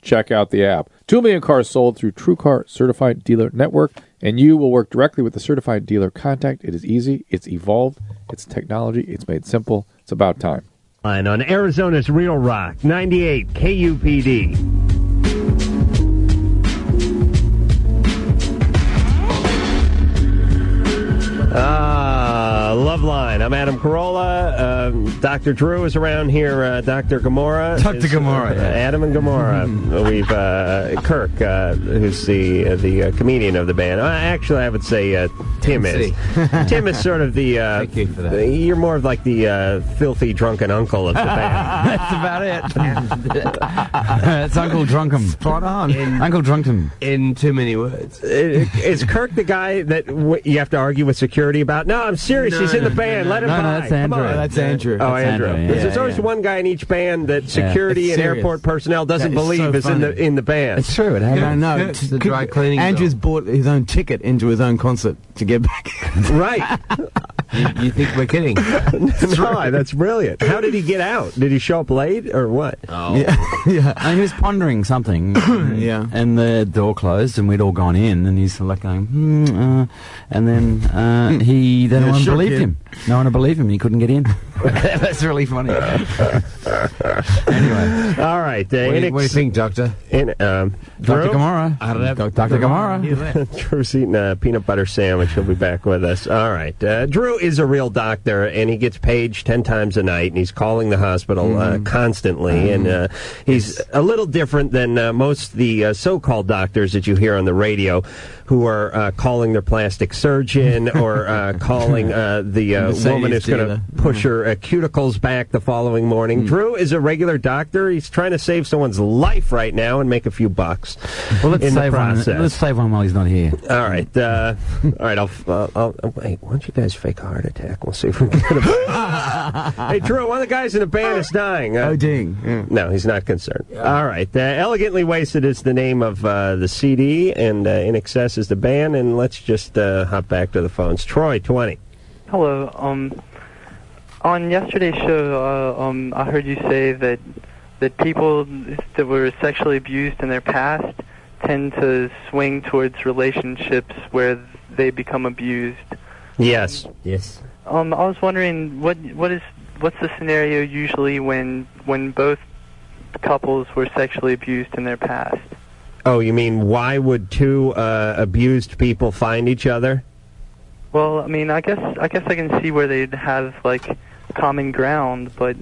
check out the app. 2 million cars sold through TrueCar certified dealer network, and you will work directly with the certified dealer contact. It is easy, it's evolved, it's technology, it's made simple. It's about time.
Line on Arizona's Real Rock, 98 KUPD. Ah, love line. I'm Adam Carolla. Um, Dr. Drew is around here. Uh, Dr. Gamora.
Dr.
is- uh,
Gamora, yeah.
Adam and Gamora. We've uh, Kirk, uh, who's the uh, the uh, comedian of the band. Uh, actually, I would say uh, Tim is. Tim is sort of the. Uh, Thank you for that. You're more of like the uh, filthy drunken uncle of the band.
That's about it. it's Uncle Drunkum. Spot on. Uncle Drunkum.
In too many words. Is Kirk the guy that w- you have to argue with security about? No, I'm serious.
No,
He's in
no,
the band.
no,
Let
no.
him
No, no,
by.
that's
Come
Andrew.
on.
That's Andrew.
Oh,
That's
Andrew.
Andrew, yeah,
There's always
yeah.
one guy in each band that
Yeah.
security
It's
and
serious.
airport personnel doesn't
That is
believe
so
is in the
funny.
in the band.
It's true. It
happened.
No, no.
It's the dry cleaning
Andrew's bought his own ticket into his own concert to get back.
right.
you, you think we're kidding?
no, that's brilliant. How did he get out? Did he show up late or what?
Oh. Yeah. yeah. And he was pondering something. yeah. And the door closed and we'd all gone in and he's like going, mm, uh, and then uh, he, then
Yeah,
no one
shook
believed
him.
him. No one believed him. He couldn't get in. That's really funny. anyway.
All right. Uh,
What do you- what do you think,
Doctor? In, um,
Dr.
Drew?
Gamora. I don't know. Doc- Dr. Gamora. He's left.
Drew's eating a peanut butter sandwich. He'll be back with us. All right. Uh, Drew is a real doctor, and he gets paged 10 times a night, and he's calling the hospital
Mm-hmm.
uh, constantly. And uh, he's a little different than uh, most the uh, so called doctors that you hear on the radio who are uh, calling their plastic surgeon or uh, calling uh, the uh,
Mercedes
woman who's going
dealer.
to push her uh, cuticles back the following
Hmm.
morning. Drew is a regular doctor. He's trying to save someone's life right now and make a few bucks.
Well, let's
in the
save one.
process.
Let's save one while he's not here.
All right, uh, all right. I'll, I'll, I'll uh, wait. Why don't you guys fake a heart attack? We'll see if we can get
Hmm.
him. hey, Drew, one of the guys in the band is dying. Uh, oh,
ding!
No, he's not concerned. All right, uh, elegantly wasted is the name of uh, the CD, and uh, in excess is the band. And let's just uh, hop back to the phones. Troy, twenty.
Hello. Um, on yesterday's show, uh, um, I heard you say that that people that were sexually abused in their past tend to swing towards relationships where they become abused.
Yes. Yes.
Um, I was wondering what what is what's the scenario usually when when both couples were sexually abused in their past?
Oh, you mean why would two uh, abused people find each other?
Well, I mean, I guess I guess I can see where they'd have like common ground, but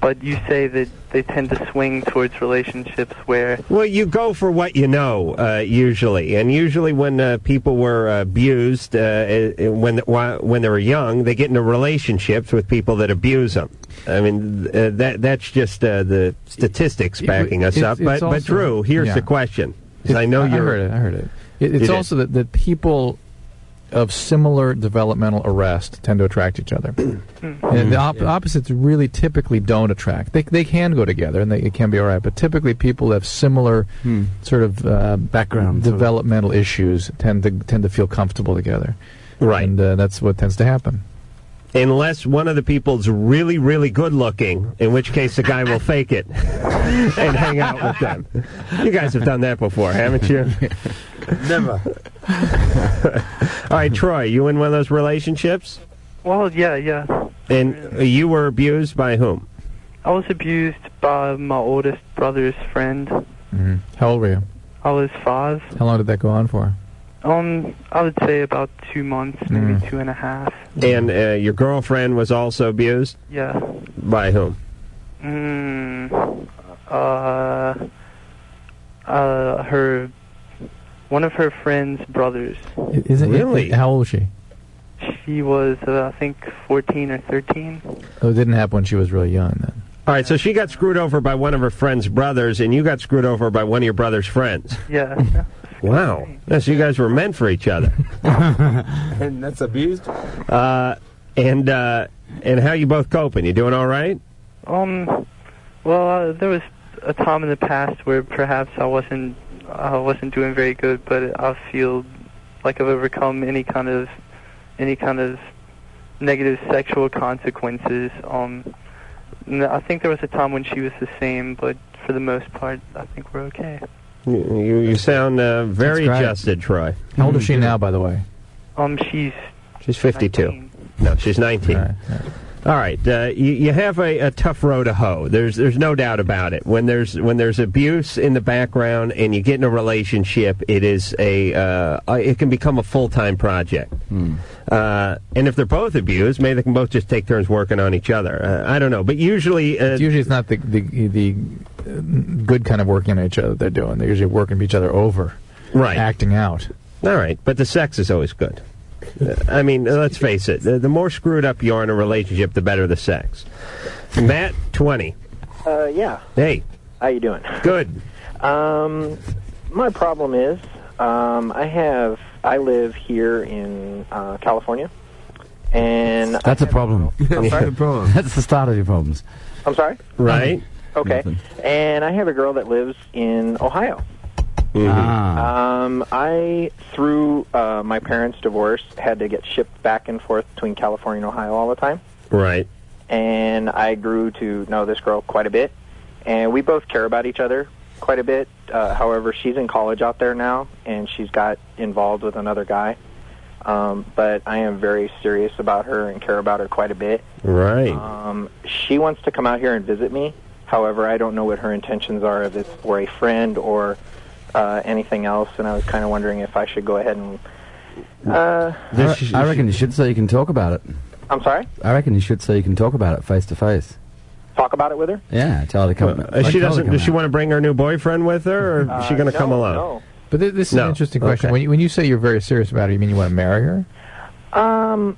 but you say that they tend to swing towards relationships where
Well, you go for what you know uh, usually, and usually when uh, people were abused uh, eh, eh, when why- when they were young, they get into relationships with people that abuse them. I mean, th- uh, that that's just uh, the statistics backing us
it's-
up.
it's
But but
also-
Drew, here's
yeah.
the question. 'cause I know
I
you
heard it. I heard it. It-
You
it's
did.
also that, that people of similar developmental arrest tend to attract each other.
Mm-hmm.
and the op- opposites really typically don't attract. They, they can go together and they, it can be all right, but typically people who have similar
Hmm.
sort of uh, background developmental issues tend to tend to feel comfortable together.
Right.
And uh, that's what tends to happen.
unless one of the people's really, really good looking, in which case the guy will fake it and hang out with them. You guys have done that before, haven't you? Never. All right, Troy, you in one of those relationships?
well, yeah, yeah.
And you were abused by whom?
I was abused by my oldest brother's friend.
Mm-hmm. How old were you?
I was five.
How long did that go on for?
Um, I would say about two months, maybe two and a half.
And uh, your girlfriend was also abused?
Yeah.
By whom?
Mm, uh, uh, her, one of her friend's brothers.
Is it How old was she?
She was, uh, I think, 14 or 13.
Oh, it didn't happen when she was really young then.
All right, so she got screwed over by one of her friend's brothers, and you got screwed over by one of your brother's friends.
Yeah.
Wow. Yeah, so you guys were meant for each other.
and that's abused.
Uh, and uh, and how you both coping? You doing all right?
Um, well, uh, there was a time in the past where perhaps I wasn't, I wasn't doing very good, but I feel like I've overcome any kind of, any kind of negative sexual consequences. Um, n- I think there was a time when she was the same, but for the most part, I think we're okay.
You, you, you sound uh, very
That's great.
adjusted, Troy.
How old is she now, by the way?
Um, she's
She's 52. No, she's 19. All right. uh, you, you have a, a tough row to hoe. There's there's no doubt about it. When there's when there's abuse in the background and you get in a relationship, it is a uh, uh, it can become a full time project.
Hmm.
Uh, and if they're both abused, maybe they can both just take turns working on each other. Uh, I don't know, but usually uh,
It's usually it's not the the the uh, good kind of working on each other they're doing. They're usually working each other over,
right?
Acting out.
All right, but the sex is always good. Uh, I mean, uh, let's face it. The, the more screwed up you are in a relationship, the better the sex. Matt, 20.
Uh, yeah.
Hey,
How you doing?
Good.
Um, my problem is, um, I have I live here in uh, California, and I
That's a
have-
problem.
I'm sorry?
That's the start of your problems.
I'm sorry.
Right.
Okay.
Nothing.
And I have a girl that lives in Ohio.
Ah.
Um, I, through uh, my parents' divorce, had to get shipped back and forth between California and Ohio all the time.
Right.
And I grew to know this girl quite a bit. And we both care about each other quite a bit. Uh, however, she's in college out there now, and she's got involved with another guy. Um, but I am very serious about her and care about her quite a bit.
Right.
Um, she wants to come out here and visit me. However, I don't know what her intentions are, if it's for a friend or uh, anything else. And I was kind of wondering if I should go ahead and. Uh,
I, I reckon you should so you can talk about it.
I'm sorry.
I reckon you should so you can talk about it face to face.
Talk about it with her.
Yeah, tell her to come.
Uh, she doesn't. Does she want to bring her new boyfriend with her, or is she going to
Uh, no,
come alone?
no.
But th- this is
No.
an interesting question.
Okay.
When, you, when you say you're very serious about it, you mean you want to marry her?
Um,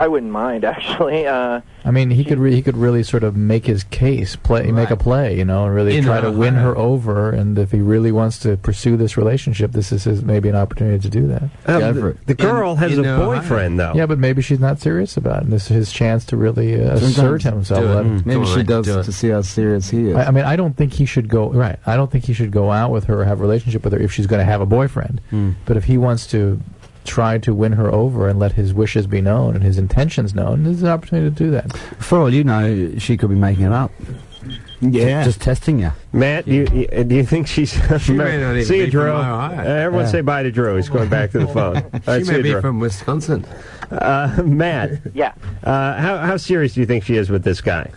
I wouldn't mind actually. Uh,
I mean, he could re- he could really sort of make his case, play, make a play, you know, and really
In
try to win
Ohio.
her over. And if he really wants to pursue this relationship, this is his, maybe an opportunity to do that.
Um, Go for it. the girl In- has in a Ohio. boyfriend, though.
Yeah, but maybe she's not serious about it. And this is his chance to really uh, assert
Sometimes-
himself.
Do it. Mm.
Let
Mm.
him-
Maybe she does to see how serious he is.
I, I mean, I don't think he should go. Right, I don't think he should go out with her or have a relationship with her if she's going to have a boyfriend.
Mm.
But if he wants to try to win her over and let his wishes be known and his intentions known, this is an opportunity to do that.
For all you know, she could be making it up.
Yeah.
Just, testing you.
Matt, do you, you- do you think she's?
She may not even
see you,
be from
Drew.
Ohio.
Uh, everyone
Yeah.
say bye to Drew. He's going back to the phone. All right,
she
see
may
you,
be
Drew.
from Wisconsin.
Uh, Matt.
Yeah.
Uh, how how serious do you think she is with this guy?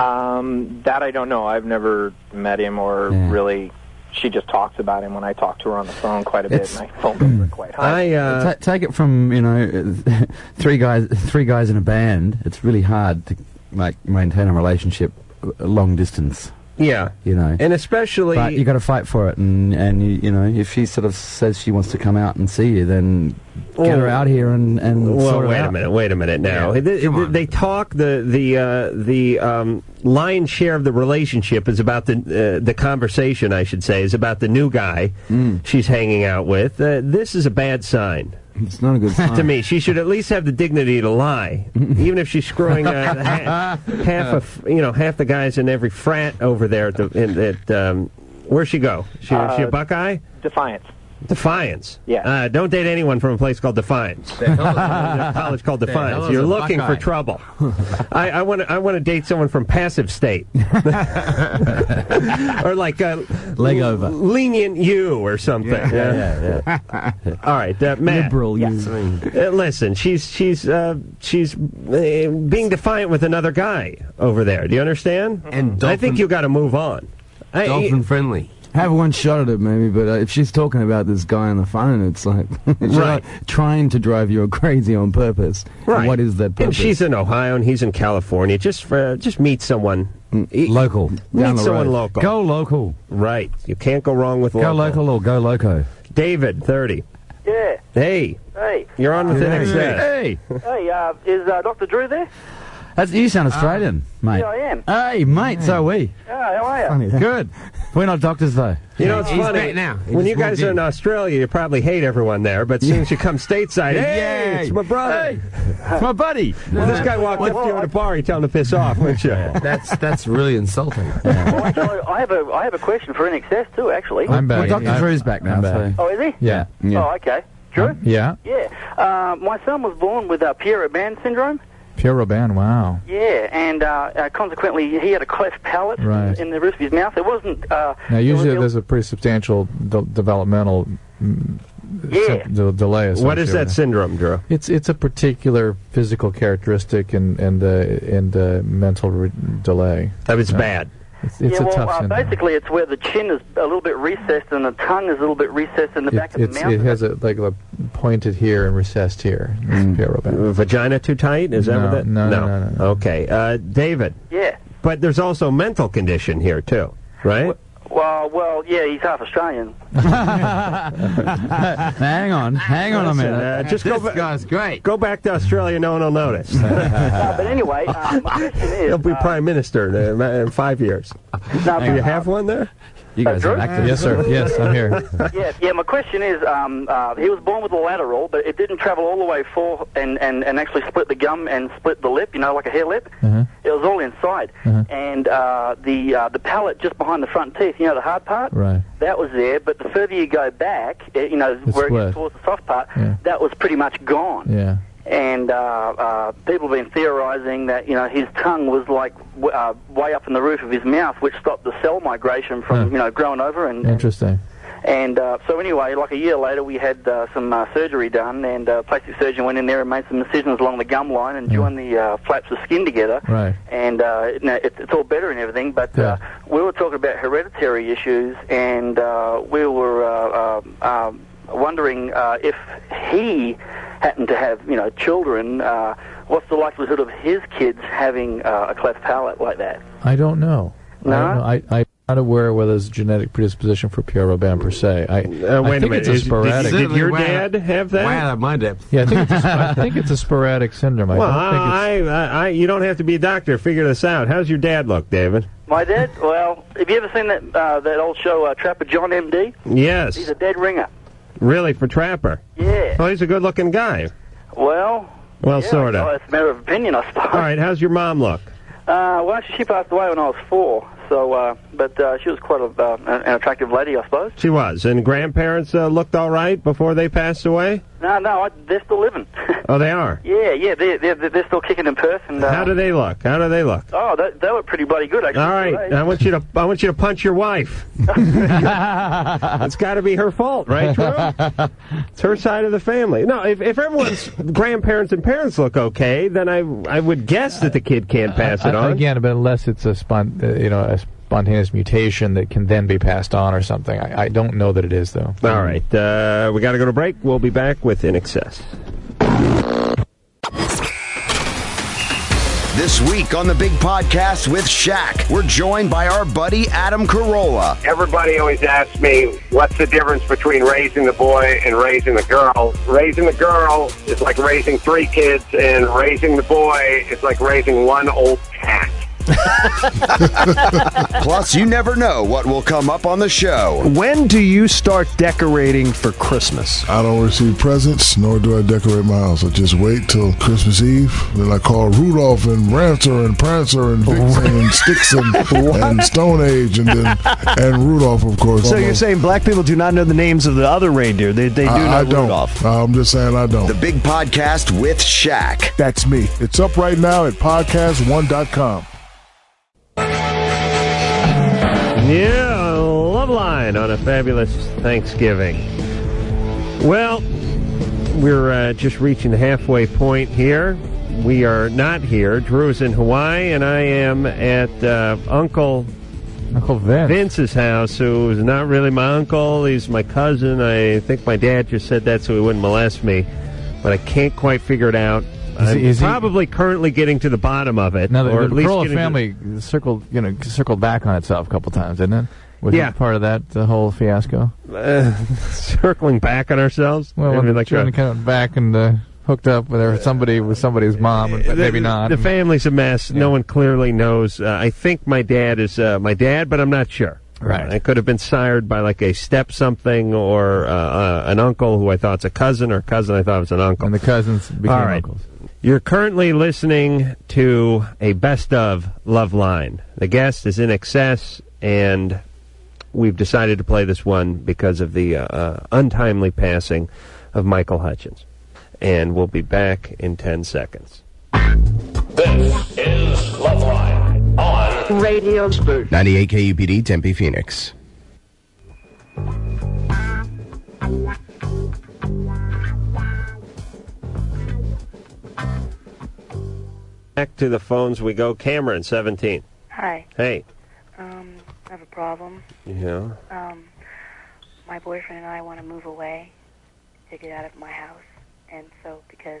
um, that I don't know. I've never met him or really. She just talks about him when I talk to her on the phone quite a bit,
It's-
and I phone number quite high.
uh,
Ta- take it from you know, three guys, three guys in a band. It's really hard to like maintain a relationship a long distance.
Yeah.
You know,
and especially
but you got to fight for it, and and you, you know, if she sort of says she wants to come out and see you, then get her
Well-
out here and and
Well,
sort it
wait a
out.
minute. Wait a minute. Now Th- th- they talk the the uh, the um, lion's share of the relationship is about the uh, the conversation. I should say is about the new guy
Hmm.
she's hanging out with. Uh, this is a bad sign.
It's not a good sign.
to me, she should at least have the dignity to lie, even if she's screwing uh, half, half of you know half the guys in every frat over there. At, the, in, at um, where's she go? She, she a
Uh,
Buckeye?
Defiance.
Defiance.
Yeah.
Uh, don't date anyone from a place called Defiance.
The hell is-
There's a college called
The hell
Defiance.
is
You're
a
looking for
Buckeye?
trouble. I, I want to. I want to date someone from Passive State, or like uh,
Leg over.
lenient you or something.
Yeah, yeah,
All right, uh, Matt.
Liberal you.
Uh, listen, she's she's uh, she's uh, being defiant with another guy over there. Do you understand? And I think you got to move on. I-
Dolphin friendly.
Have one shot at it, maybe, but uh, if she's talking about this guy on the phone, it's like it's
Right.
like trying to drive you crazy on purpose.
Right.
What is that
And
purpose?
she's in Ohio and he's in California. Just for, just meet someone
Mm,
E,
local.
Meet
Down the
someone
road.
local.
Go local.
Right. You can't go wrong with
Go local or go loco.
David, thirty.
Yeah.
Hey.
Hey.
You're on with the next guy.
Hey.
Hey, uh, is uh, Dr. Drew there?
That's, you sound Australian, mate.
Ah. Yeah, I am.
Hey, mate, so are we.
Yeah, how are you?
Good. We're not doctors, though.
You know, it's funny. when you guys are in Australia, you probably hate everyone there, but as soon as you come stateside, hey,
Yay.
it's my brother.
it's my buddy.
Well, this guy walked up to you in a bar, he telling to piss off, wouldn't you?
That's that's really insulting.
Well, I have a I have a question for NXS too, actually.
I'm back.
Well, Dr. Drew's back now,
I'm back.
so.
Oh, is he?
Yeah. Yeah.
Oh, okay. Drew.
Yeah.
Yeah. Uh, my son was born with uh, Pierre Band syndrome.
Pierre Robin, wow.
Yeah, and uh, uh, consequently, he had a cleft palate
Right.
in the roof of his mouth. It wasn't. Uh,
Now, usually
it
there's
was-
a pretty substantial de- developmental mm,
Yeah.
sub- de- delay.
What
associated
is that
with it.
syndrome, Drew?
It's it's a particular physical characteristic and and uh, and uh, mental re- delay.
That was
Yeah.
Oh, bad.
It's, it's
yeah,
a
well,
tough
uh,
syndrome.
basically, it's where the chin is a little bit recessed and the tongue is a little bit recessed in the
It-
back of the
it's,
mouth.
it has a like a pointed here and recessed here. It's Pierre Robin.
Mm. Vagina too tight? Is that
No,
what that?
no, no, no,
Okay, uh, David.
Yeah.
But there's also a mental condition here too, right?
Well, well, yeah, he's half Australian.
hang on, hang on a
Listen,
minute.
uh, just go
This
back. great. Go back to Australia. No one will notice.
Uh, but anyway, uh, my question is.
He'll be
uh,
prime minister in, uh, in five years.
No,
Do you
but, uh,
have one there?
You
guys are Drew? active.
Yes, sir. Yes, I'm here.
yeah, yeah. My question is, um, uh, he was born with a lateral, but it didn't travel all the way forth and, and, and actually split the gum and split the lip, you know, like a hair lip.
Mm-hmm.
It was all inside, and uh, the uh, the palate just behind the front teeth, you know, the hard part,
Right.
that was there. But the further you go back, it, you know,
It's
where it
wet.
gets towards the soft part, that was pretty much gone.
Yeah.
And uh, uh, people have been theorising that you know his tongue was like w- uh, way up in the roof of his mouth, which stopped the cell migration from
Huh.
you know growing over and
Interesting.
and uh, so anyway, like a year later, we had uh, some uh, surgery done, and uh, plastic surgeon went in there and made some incisions along the gum line and joined the uh, flaps of skin together.
Right.
And uh, it, no, it, it's all better and everything, but uh, we were talking about hereditary issues, and uh, we were uh, uh, um, wondering uh, if he happened to have, you know, children, uh, what's the likelihood of his kids having uh, a cleft palate like that?
I don't know. I don't
No?
know. I, I'm not aware whether there's a genetic predisposition for Pierre Robin per se. I,
Uh,
I
wait a
think
minute.
it's a
Is- did-
sporadic.
Did, your dad have that?
my depth.
Yeah, I think, it's a, sp- I think it's a sporadic syndrome. I
Well,
don't think it's,
I, I, I, you don't have to be a doctor. to Figure this out. How's your dad look, David?
My dad? Well, have you ever seen that uh, that old show, uh, Trapper John M.D.? He's
Yes,
a dead ringer.
really for Trapper.
Yeah.
Well, he's a good-looking guy.
Well,
Well,
yeah,
sort of.
well, it's a matter of opinion, I suppose.
All right. How's your mom look?
Uh, well, she passed away when I was four, so uh, but uh, she was quite a, uh, an an attractive lady, I suppose.
She was. And grandparents uh, looked all right before they passed away.
No, no, I, they're still living.
Oh, they are.
yeah, yeah, they're, they're they're still kicking in Perth, and uh,
How do they look? How do they look?
oh, they, they were pretty bloody good, actually.
All right, I want you to I want you to punch your wife. it's got to be her fault, right? Drew? it's her side of the family. No, if, if everyone's grandparents and parents look okay, then I I would guess that the kid can't pass it
I-
on.
again, but unless it's a spon- uh, you know a spontaneous mutation that can then be passed on or something. I, I don't know that it is though.
All right, uh, we got to go to break. We'll be back with in excess.
This week on the Big Podcast with Shaq, we're joined by our buddy Adam Carolla.
Everybody always asks me, what's the difference between raising the boy and raising the girl? Raising the girl is like raising three kids, and raising the boy is like raising one old cat.
Plus, you never know what will come up on the show.
When do you start decorating for Christmas?
I don't receive presents, nor do I decorate my house. I just wait till Christmas Eve, then I call Rudolph and Rancer and Prancer and Vixen and Stixen and Stone Age, and then and Rudolph, of course.
So
I'm
you're
a-
saying black people do not know the names of the other reindeer? They, they do
I,
know
I don't.
Rudolph.
I'm just saying I don't.
The Big Podcast with Shaq.
That's me. It's up right now at podcast1.com.
Yeah, love line on a fabulous Thanksgiving. Well, we're uh, just reaching the halfway point here. We are not here. Drew is in Hawaii, and I am at uh, Uncle Oh, Vince. Vince's house, who is not really my uncle. He's my cousin. I think my dad just said that so he wouldn't molest me, but I can't quite figure it out.
Is
I'm
he- is he-
probably currently getting to the bottom of it,
Now, the,
or at
the
least
Corolla
getting to-
family circled, you know, circled back on itself a couple times, didn't it? Was
Yeah.
it part of that the whole fiasco?
Uh, circling back on ourselves.
Well,
Maybe
when
like
Jordan
that.
came back and uh, hooked up with her, somebody with somebody's mom, and
the-
maybe not.
The family's a mess. No one clearly knows. Uh, I think my dad is uh, my dad, but I'm not sure. Right. I could have been sired by like a step something or uh, uh, an uncle who I thought's a cousin or a cousin I thought was an uncle. And
the cousins became
All right.
uncles.
You're currently listening to a best of love line. The guest is in excess, and we've decided to play this one because of the uh, uh, untimely passing of Michael Hutchins. And we'll be back in 10 seconds.
This is Loveline on Radio Spurs.
98 KUPD, Tempe, Phoenix.
Back to the phones we go. Cameron, 17.
Hi.
Hey.
Um, I have a problem.
Yeah.
Um, my boyfriend and I want to move away to get out of my house, and so because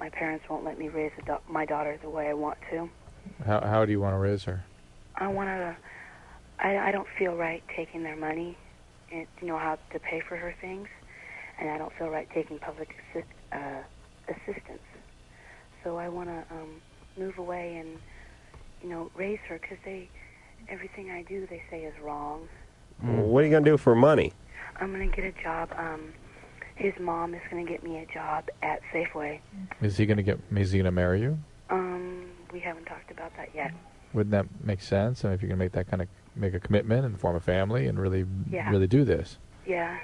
my parents won't let me raise a da- my daughter the way I want to,
How, how do you want to raise her?
I want to. I I don't feel right taking their money, and you know how to pay for her things, and I don't feel right taking public assist, uh, assistance. So I want to um, move away and you know raise her because they everything I do they say is wrong.
What are you going to do for money?
I'm gonna get a job. Um, his mom is gonna get me a job at Safeway.
Is he going to get? Is he going to marry you?
Um, we haven't talked about that yet.
Wouldn't that make sense? I mean, if you're going to make that kind of make a commitment and form a family and really,
Yeah.
really do this.
Yeah.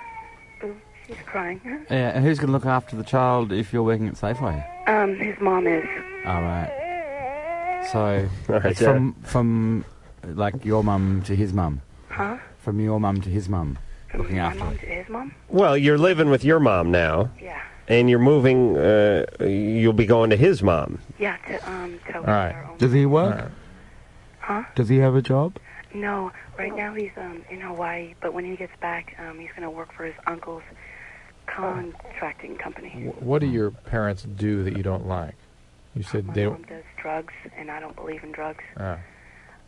Ooh, she's crying.
Yeah, and who's going to look after the child if you're working at Safeway?
Um, his mom is.
All right. So
All right,
it's from from like your mum to his mum.
Huh?
From your mum to his mum, looking
My
after.
mom to his mom.
Well, you're living with your mom now.
Yeah.
And you're moving, uh, you'll be going to his mom.
Yeah. To um. To
Does he work?
Huh?
Does he have a job?
No. Right now he's um in Hawaii, but when he gets back, um, he's gonna work for his uncle's contracting company.
Wh- What do your parents do that you don't like? You said
My
they.
mom does drugs, and I don't believe in drugs.
Ah.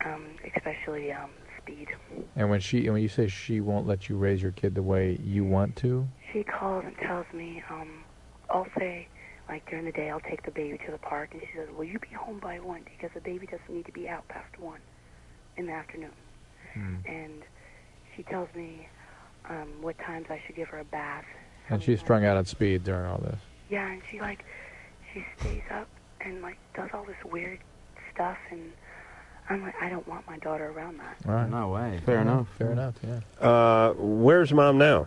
Um, especially um speed.
and when she, and when you say she won't let you raise your kid the way you want to,
She calls and tells me, um, I'll say, like during the day, I'll take the baby to the park, and she says, "Will you be home by one? Because the baby doesn't need to be out past one in the afternoon." And she tells me um, what times I should give her a bath.
and she's strung out on speed during all this.
Yeah, and she like she stays up and like does all this weird stuff, and I'm like, I don't want my daughter around that
No way.
Fair enough.
Fair enough. Yeah.
Uh, where's mom now?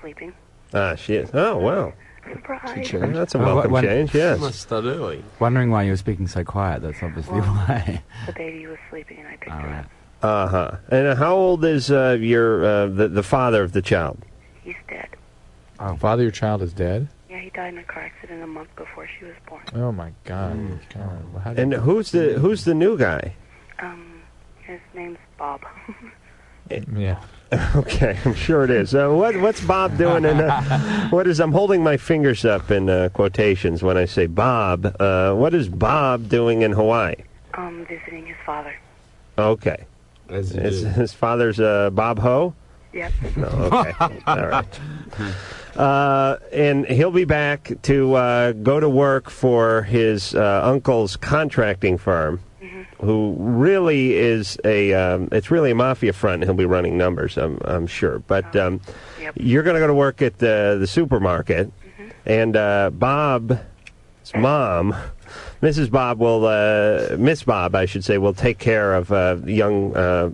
sleeping.
Ah, she is. Oh, wow.
Surprise!
That's a welcome change, yes. Must
start early. Wondering why you were speaking so quiet. That's obviously
Well,
why.
The baby was sleeping, and I picked
All
her
right.
up.
Uh huh. And uh, how old is uh, your uh, the, the father of the child?
He's dead.
Oh. Father, your child is dead.
Yeah, he died in a car accident a month before she was born.
Oh my God. God. Well, how did-
Mm. And who's the who's the new guy?
Um, his name's Bob.
Yeah.
Okay, I'm sure it is. Uh, what what's Bob doing? In, uh, what is? I'm holding my fingers up in uh, quotations when I say Bob. Uh, what is Bob doing in Hawaii?
um, visiting his father.
Okay. Is- his father's uh, Bob Ho.
Yep.
No, okay. All right. Uh, and he'll be back to uh, go to work for his uh, uncle's contracting firm, who really is a um, it's really a mafia front. He'll be running numbers, I'm, I'm sure. But um, you're going to go to work at the the supermarket, and uh, Bob's mom. Mrs. Bob will, uh, Miss Bob, I should say, will take care of uh, young uh,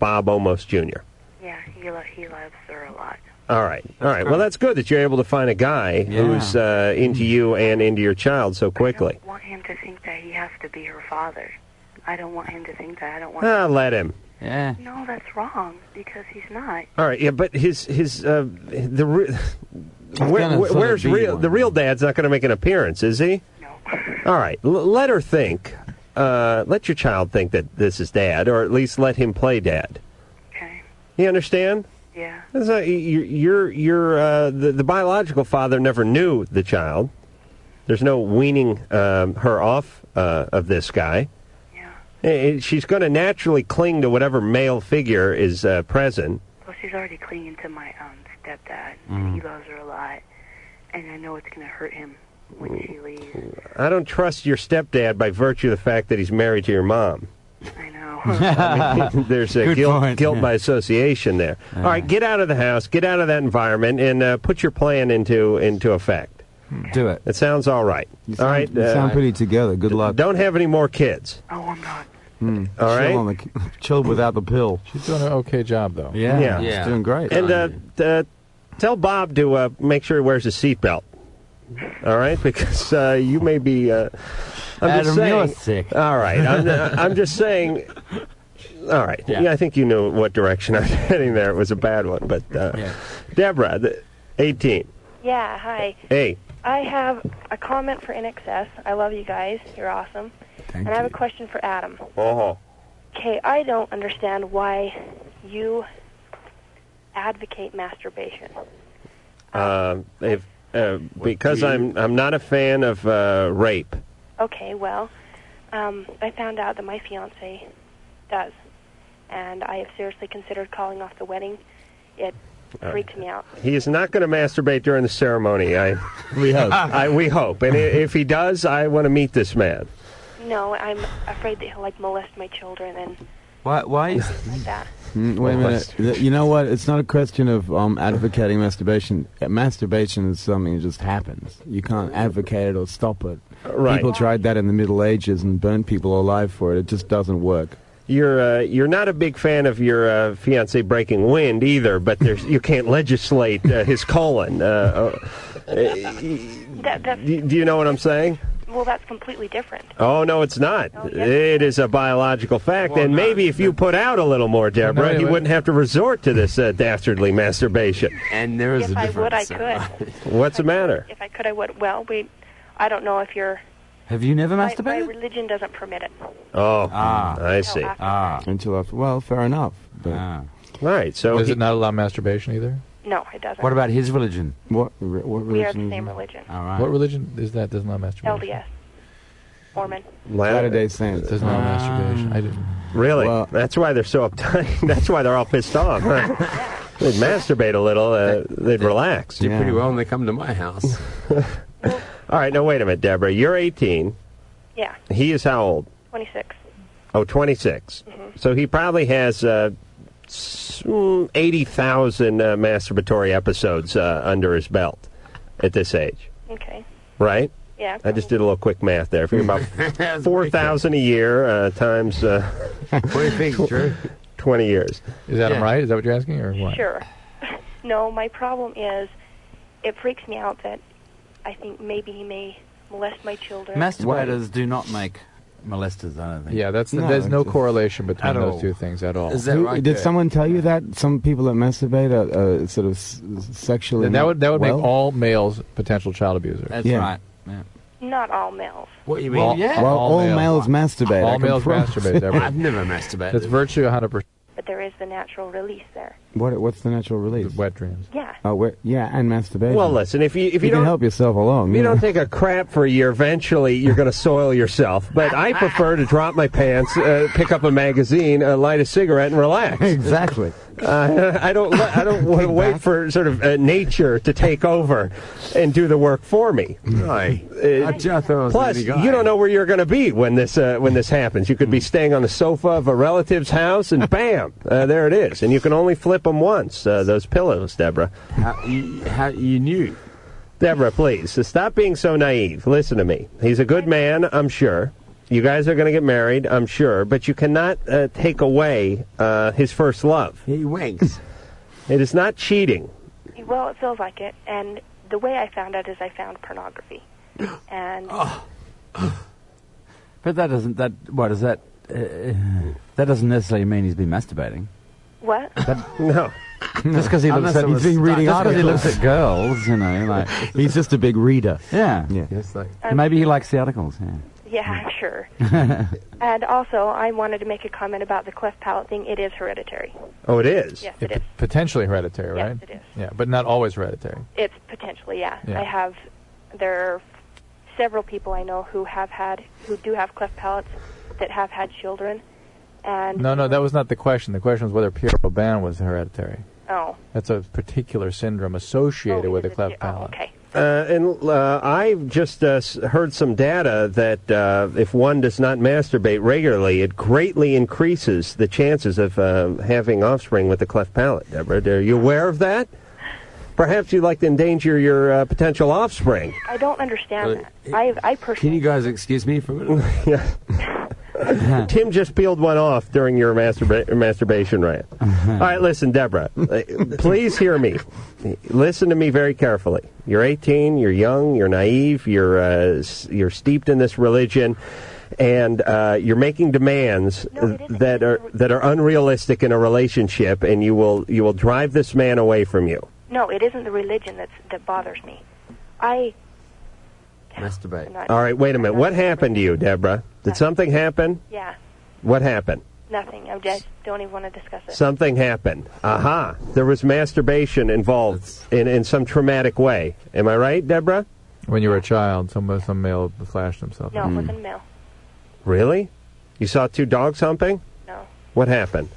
Bob Almost Jr.
Yeah, he lo- he loves her a lot.
All right, all right. Well, that's good that you're able to find a guy who's uh, into you and into your child so quickly.
I want him to think that he has to be her father. I don't want him to think that. I don't want.
Ah, let him.
Yeah.
No, that's wrong because he's not.
All right. Yeah, but his his uh, the re- where,
gonna
where-
sort of
where's
be
real
one.
the real dad's not going to make an appearance, is he? No. All right. L- let her think uh, let your child think that this is dad, or at least let him play dad. Okay. You understand?
Yeah.
It's not- y- you're you're, you're uh, the, the biological father never knew the child. There's no weaning um, her off uh, of this guy. Yeah. she's going to naturally cling to whatever male figure is uh, present.
Well, she's already clinging to my um stepdad.
Mhm.
He loves her a lot, and I know it's gonna hurt him when she leaves.
I don't trust your stepdad by virtue of the fact that he's married to your mom. I know. there's a
Good
guilt,
point,
guilt
yeah.
by association there. All right, get out of the house, get out of that environment, and uh, put your plan into into effect.
Do it.
It sounds all right. all right,
Hmm.
uh,
You sound pretty together. Good luck.
Don't have any more kids.
Oh, I'm not.
Mm.
All
chill
right.
on the, chill without the pill.
She's doing an okay job, though.
Yeah, she's doing great.
And uh, uh, tell Bob to uh, make sure he wears his seatbelt. All right, because uh, you may be. Uh, I'm just
Adam, you're
saying,
sick.
All right, I'm, uh, I'm just saying. All right, yeah. I think you knew what direction I was heading there. It was a bad one, but uh, Deborah, the 18.
Yeah, hi.
Hey,
I have a comment for NXS. I love you guys. You're awesome. and I have a question for Adam.
uh-huh.
Okay, I don't understand why you advocate masturbation.
uh, if uh, because I'm I'm not a fan of uh, rape.
Okay, well, um, I found out that my fiance does, and I have seriously considered calling off the wedding. It
Uh,
freaks me out.
He is not going to masturbate during the ceremony. I we hope. I, we hope, and i- if he does, I want to meet this man.
No, I'm afraid that he'll like molest my children and
Why? Why?
like that.
Hmm,
Mm, wait a minute. Th- You know what? It's not a question of um, advocating masturbation. Uh, Masturbation is something that just happens. You can't advocate it or stop it.
right.
People tried that in the Middle Ages and burned people alive for it. It just doesn't work.
You're uh, you're not a big fan of your uh, fiance breaking wind either, but there's you can't legislate uh, his colon. Uh, uh,
That, that's,
do do you know what I'm saying?
well, that's completely different.
Oh no, it's not. It is a biological fact, and maybe if you put out a little more, Deborah,
no,
he
it-
wouldn't have to resort to this uh, dastardly masturbation.
And there
if I would, I could.
What's the matter?
If I could, I would. Well, we, I don't know if you're.
Have you never
My, my religion doesn't permit it.
Oh, I see.
Ah. Until after, well, fair enough. But.
Ah.
Right. So
does it not allow masturbation either?
No, it doesn't.
his religion? What? re- What religion?
We are the same religion.
What religion is that? Doesn't allow masturbation.
LDS. Mormon.
Latter Day Saints.
Doesn't allow masturbation. I didn't.
Ah. Really? That's why they're so uptight. That's why they're all pissed off. Huh? they'd masturbate a little. Uh, they'd relax.
Do pretty well when they come to my house.
All right. Now wait a minute, Deborah. You're 18.
Yeah,
He is how old?
26.
Oh, 26.
Mm-hmm.
So he probably has uh, s- mm, 80,000 uh, masturbatory episodes uh, under his belt at this age,
Okay.
right?
Yeah.
I just did a little quick math there. If you're about 4,000 a year uh, times uh,
tw-
20 years.
Is that right? Is that what you're asking, or what?
Sure. no, my problem is, it freaks me out that I think maybe he may molest my children.
Masturbators do not make molesters, I don't think.
Yeah, that's
No,
there's no
it's-
correlation between
At
those
all.
two things at all.
Is that right
Did
there?
someone tell you that some people that masturbate are uh, sort of s- sexually?
Then that would that would
well?
make all males potential child abusers.
That's Yeah. right.
Not all males.
What you
mean? Well, yeah.
Well,
All
all, males, masturbate. I
all
can
males
promise
masturbate.
it.
Deborah.
never masturbated.
That's virtue 100. percent
But there is the natural release there.
What? What's the natural release?
wet dreams.
Yeah.
Oh, wet, yeah, and masturbation.
Well, listen, if you if you,
can
don't
help yourself along,
If you
yeah.
don't take a crap for a year, eventually you're going to soil yourself. But I prefer to drop my pants, uh, pick up a magazine, uh, light a cigarette, and relax.
Exactly.
Uh, I don't. I don't want to wait for sort of uh, nature to take over and do the work for me.
Right. I just thought I was
Plus,
a guy. Hmm.
you don't know where you're going to be when this uh, when this happens. You could be staying on the sofa of a relative's house, and bam, uh, there it is. And you can only flip them once. Uh, those pillows, Deborah.
How, you, how you knew?
Deborah, please uh, stop being so naive. Listen to me. He's a good man, I'm sure. You guys are going to get married, I'm sure, but you cannot uh, take away uh, his first love.
He winks.
It is not cheating.
Well, it feels like it. And the way I found out is I found pornography. And
But that doesn't, that, what is that? Uh, that doesn't necessarily mean he's been masturbating.
what?
That,
no.
Just because he looks
Unless
at
it was
just
stuck. Reading
'cause he
articles.
looks at girls, you know, like
He's just a big reader.
yeah,
Yeah.
Maybe he likes the articles. Yeah.
Yeah, I'm sure. And also, I wanted to make a comment about the cleft palate thing. It is hereditary.
Oh, it is.
Yes, it is.
Potentially hereditary,
Yes,
right?
it is.
Yeah, but not always hereditary.
It's potentially, yeah.
Yeah.
I have there are several people I know who have had who do have cleft palates that have had children, and
No, no, that was not the question. The question was whether Pierre Robin was hereditary.
oh,
That's a particular syndrome associated with a cleft palate.
okay.
Uh, and uh, I've just uh, s- heard some data that uh, if one does not masturbate regularly, it greatly increases the chances of uh, having offspring with a cleft palate. Deborah, are you aware of that? Perhaps you'd like to endanger your uh, potential offspring.
I don't understand
Uh,
that. I I
Can
personally
you guys excuse me for a minute? yeah. Tim just peeled one off during your masturba- masturbation rant. All right, listen, Deborah, uh, please hear me. Listen to me very carefully. You're 18, you're young, you're naive, you're, uh, s- you're steeped in this religion. And uh, you're making demands that are that are unrealistic in a relationship, and you will you will drive this man away from you.
no, it isn't the religion that's that bothers me. I
Masturbate.
Not- Uh,
All right, wait a minute. What happened to you, Deborah? Did something happen?
yeah,
What happened?
nothing. I just don't even want to discuss it.
Something happened. Aha. There was masturbation involved in, in some traumatic way. Am I right, Deborah?
When you were a child, some some male flashed himself.
No, it wasn't male.
Hmm. Really? You saw two dogs humping?
No.
What happened?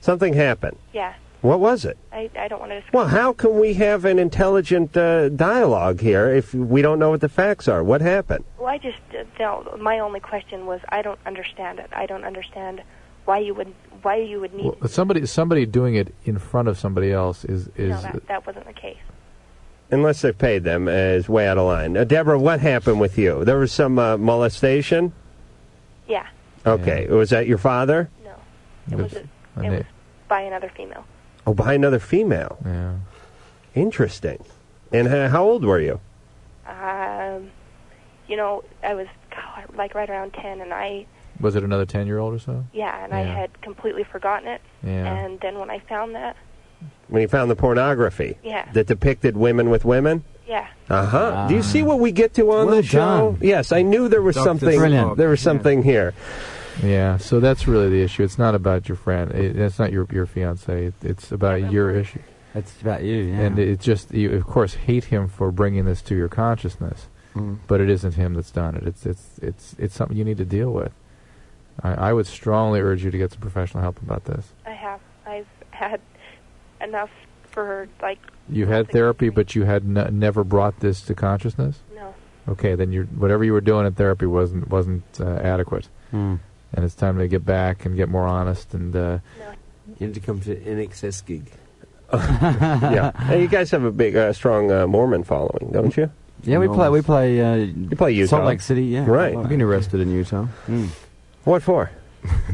Something happened.
Yeah,
What was it?
I I don't want to discuss.
Well, how can we have an intelligent uh, dialogue here if we don't know what the facts are? What happened?
Well, I just uh, no. My only question was, I don't understand it. I don't understand why you would why you would need.
Well, somebody somebody doing it in front of somebody else is is
no, that, that wasn't the case.
Unless they paid them, uh, is way out of line. Uh, Deborah, what happened with you? There was some uh, molestation?
Yeah,
Okay. Was that your father?
no,
It was,
it was by another female.
Oh, by another female.
Yeah.
Interesting. And uh, how old were you?
Um, you know, I was God, like right around ten, and I
was it another ten year old or so?
yeah, and I
Yeah.
had completely forgotten it.
Yeah.
And then when I found that,
When you found the pornography
Yeah.
that depicted women with women?
yeah,
Uh huh. Do you see what we get to on
Well
the show?
done.
Yes, I knew there was
Dr.
something.
Brilliant.
There was something here.
Yeah, so that's really the issue. It's not about your friend. It, it's not your your fiance. It, it's about your issue.
It's about you. Yeah.
And it just you of course hate him for bringing this to your consciousness,
Mm.
but it isn't him that's done it. It's it's it's it's something you need to deal with. I, I would strongly urge you to get some professional help about this.
I have I've had enough for like
You had therapy, but you had n- never brought this to consciousness.
No.
Okay, then you whatever you were doing in therapy wasn't wasn't uh, adequate,
Hmm.
and it's time to get back and get more honest and. Uh,
You need to come to an NXS gig.
yeah. Hey, you guys have a big, uh, strong uh, Mormon following, don't you?
Yeah, we play. We play. Uh, you
play Utah.
Salt Lake City. Yeah, Hmm.
Right.
I've
been
arrested in Utah.
What for?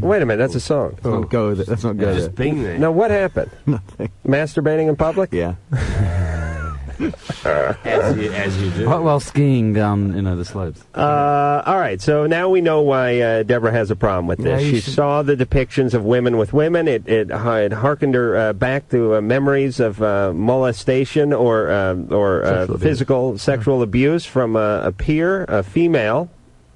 Wait a minute, that's a song.
Let's not go there. Let's not go
Just
there.
being there. Now, what happened? Nothing. Masturbating in public?
Yeah.
As you, as you do.
While, while skiing down, you know, the slopes.
Uh, all right, so now we know why uh, Deborah has a problem with
Yeah,
this.
you
she
should-
saw the depictions of women with women. It it, uh, it harkened her uh, back to uh, memories of uh, molestation or uh, or uh,
Sexual abuse. Uh-huh.
physical sexual abuse from a, a peer, a female,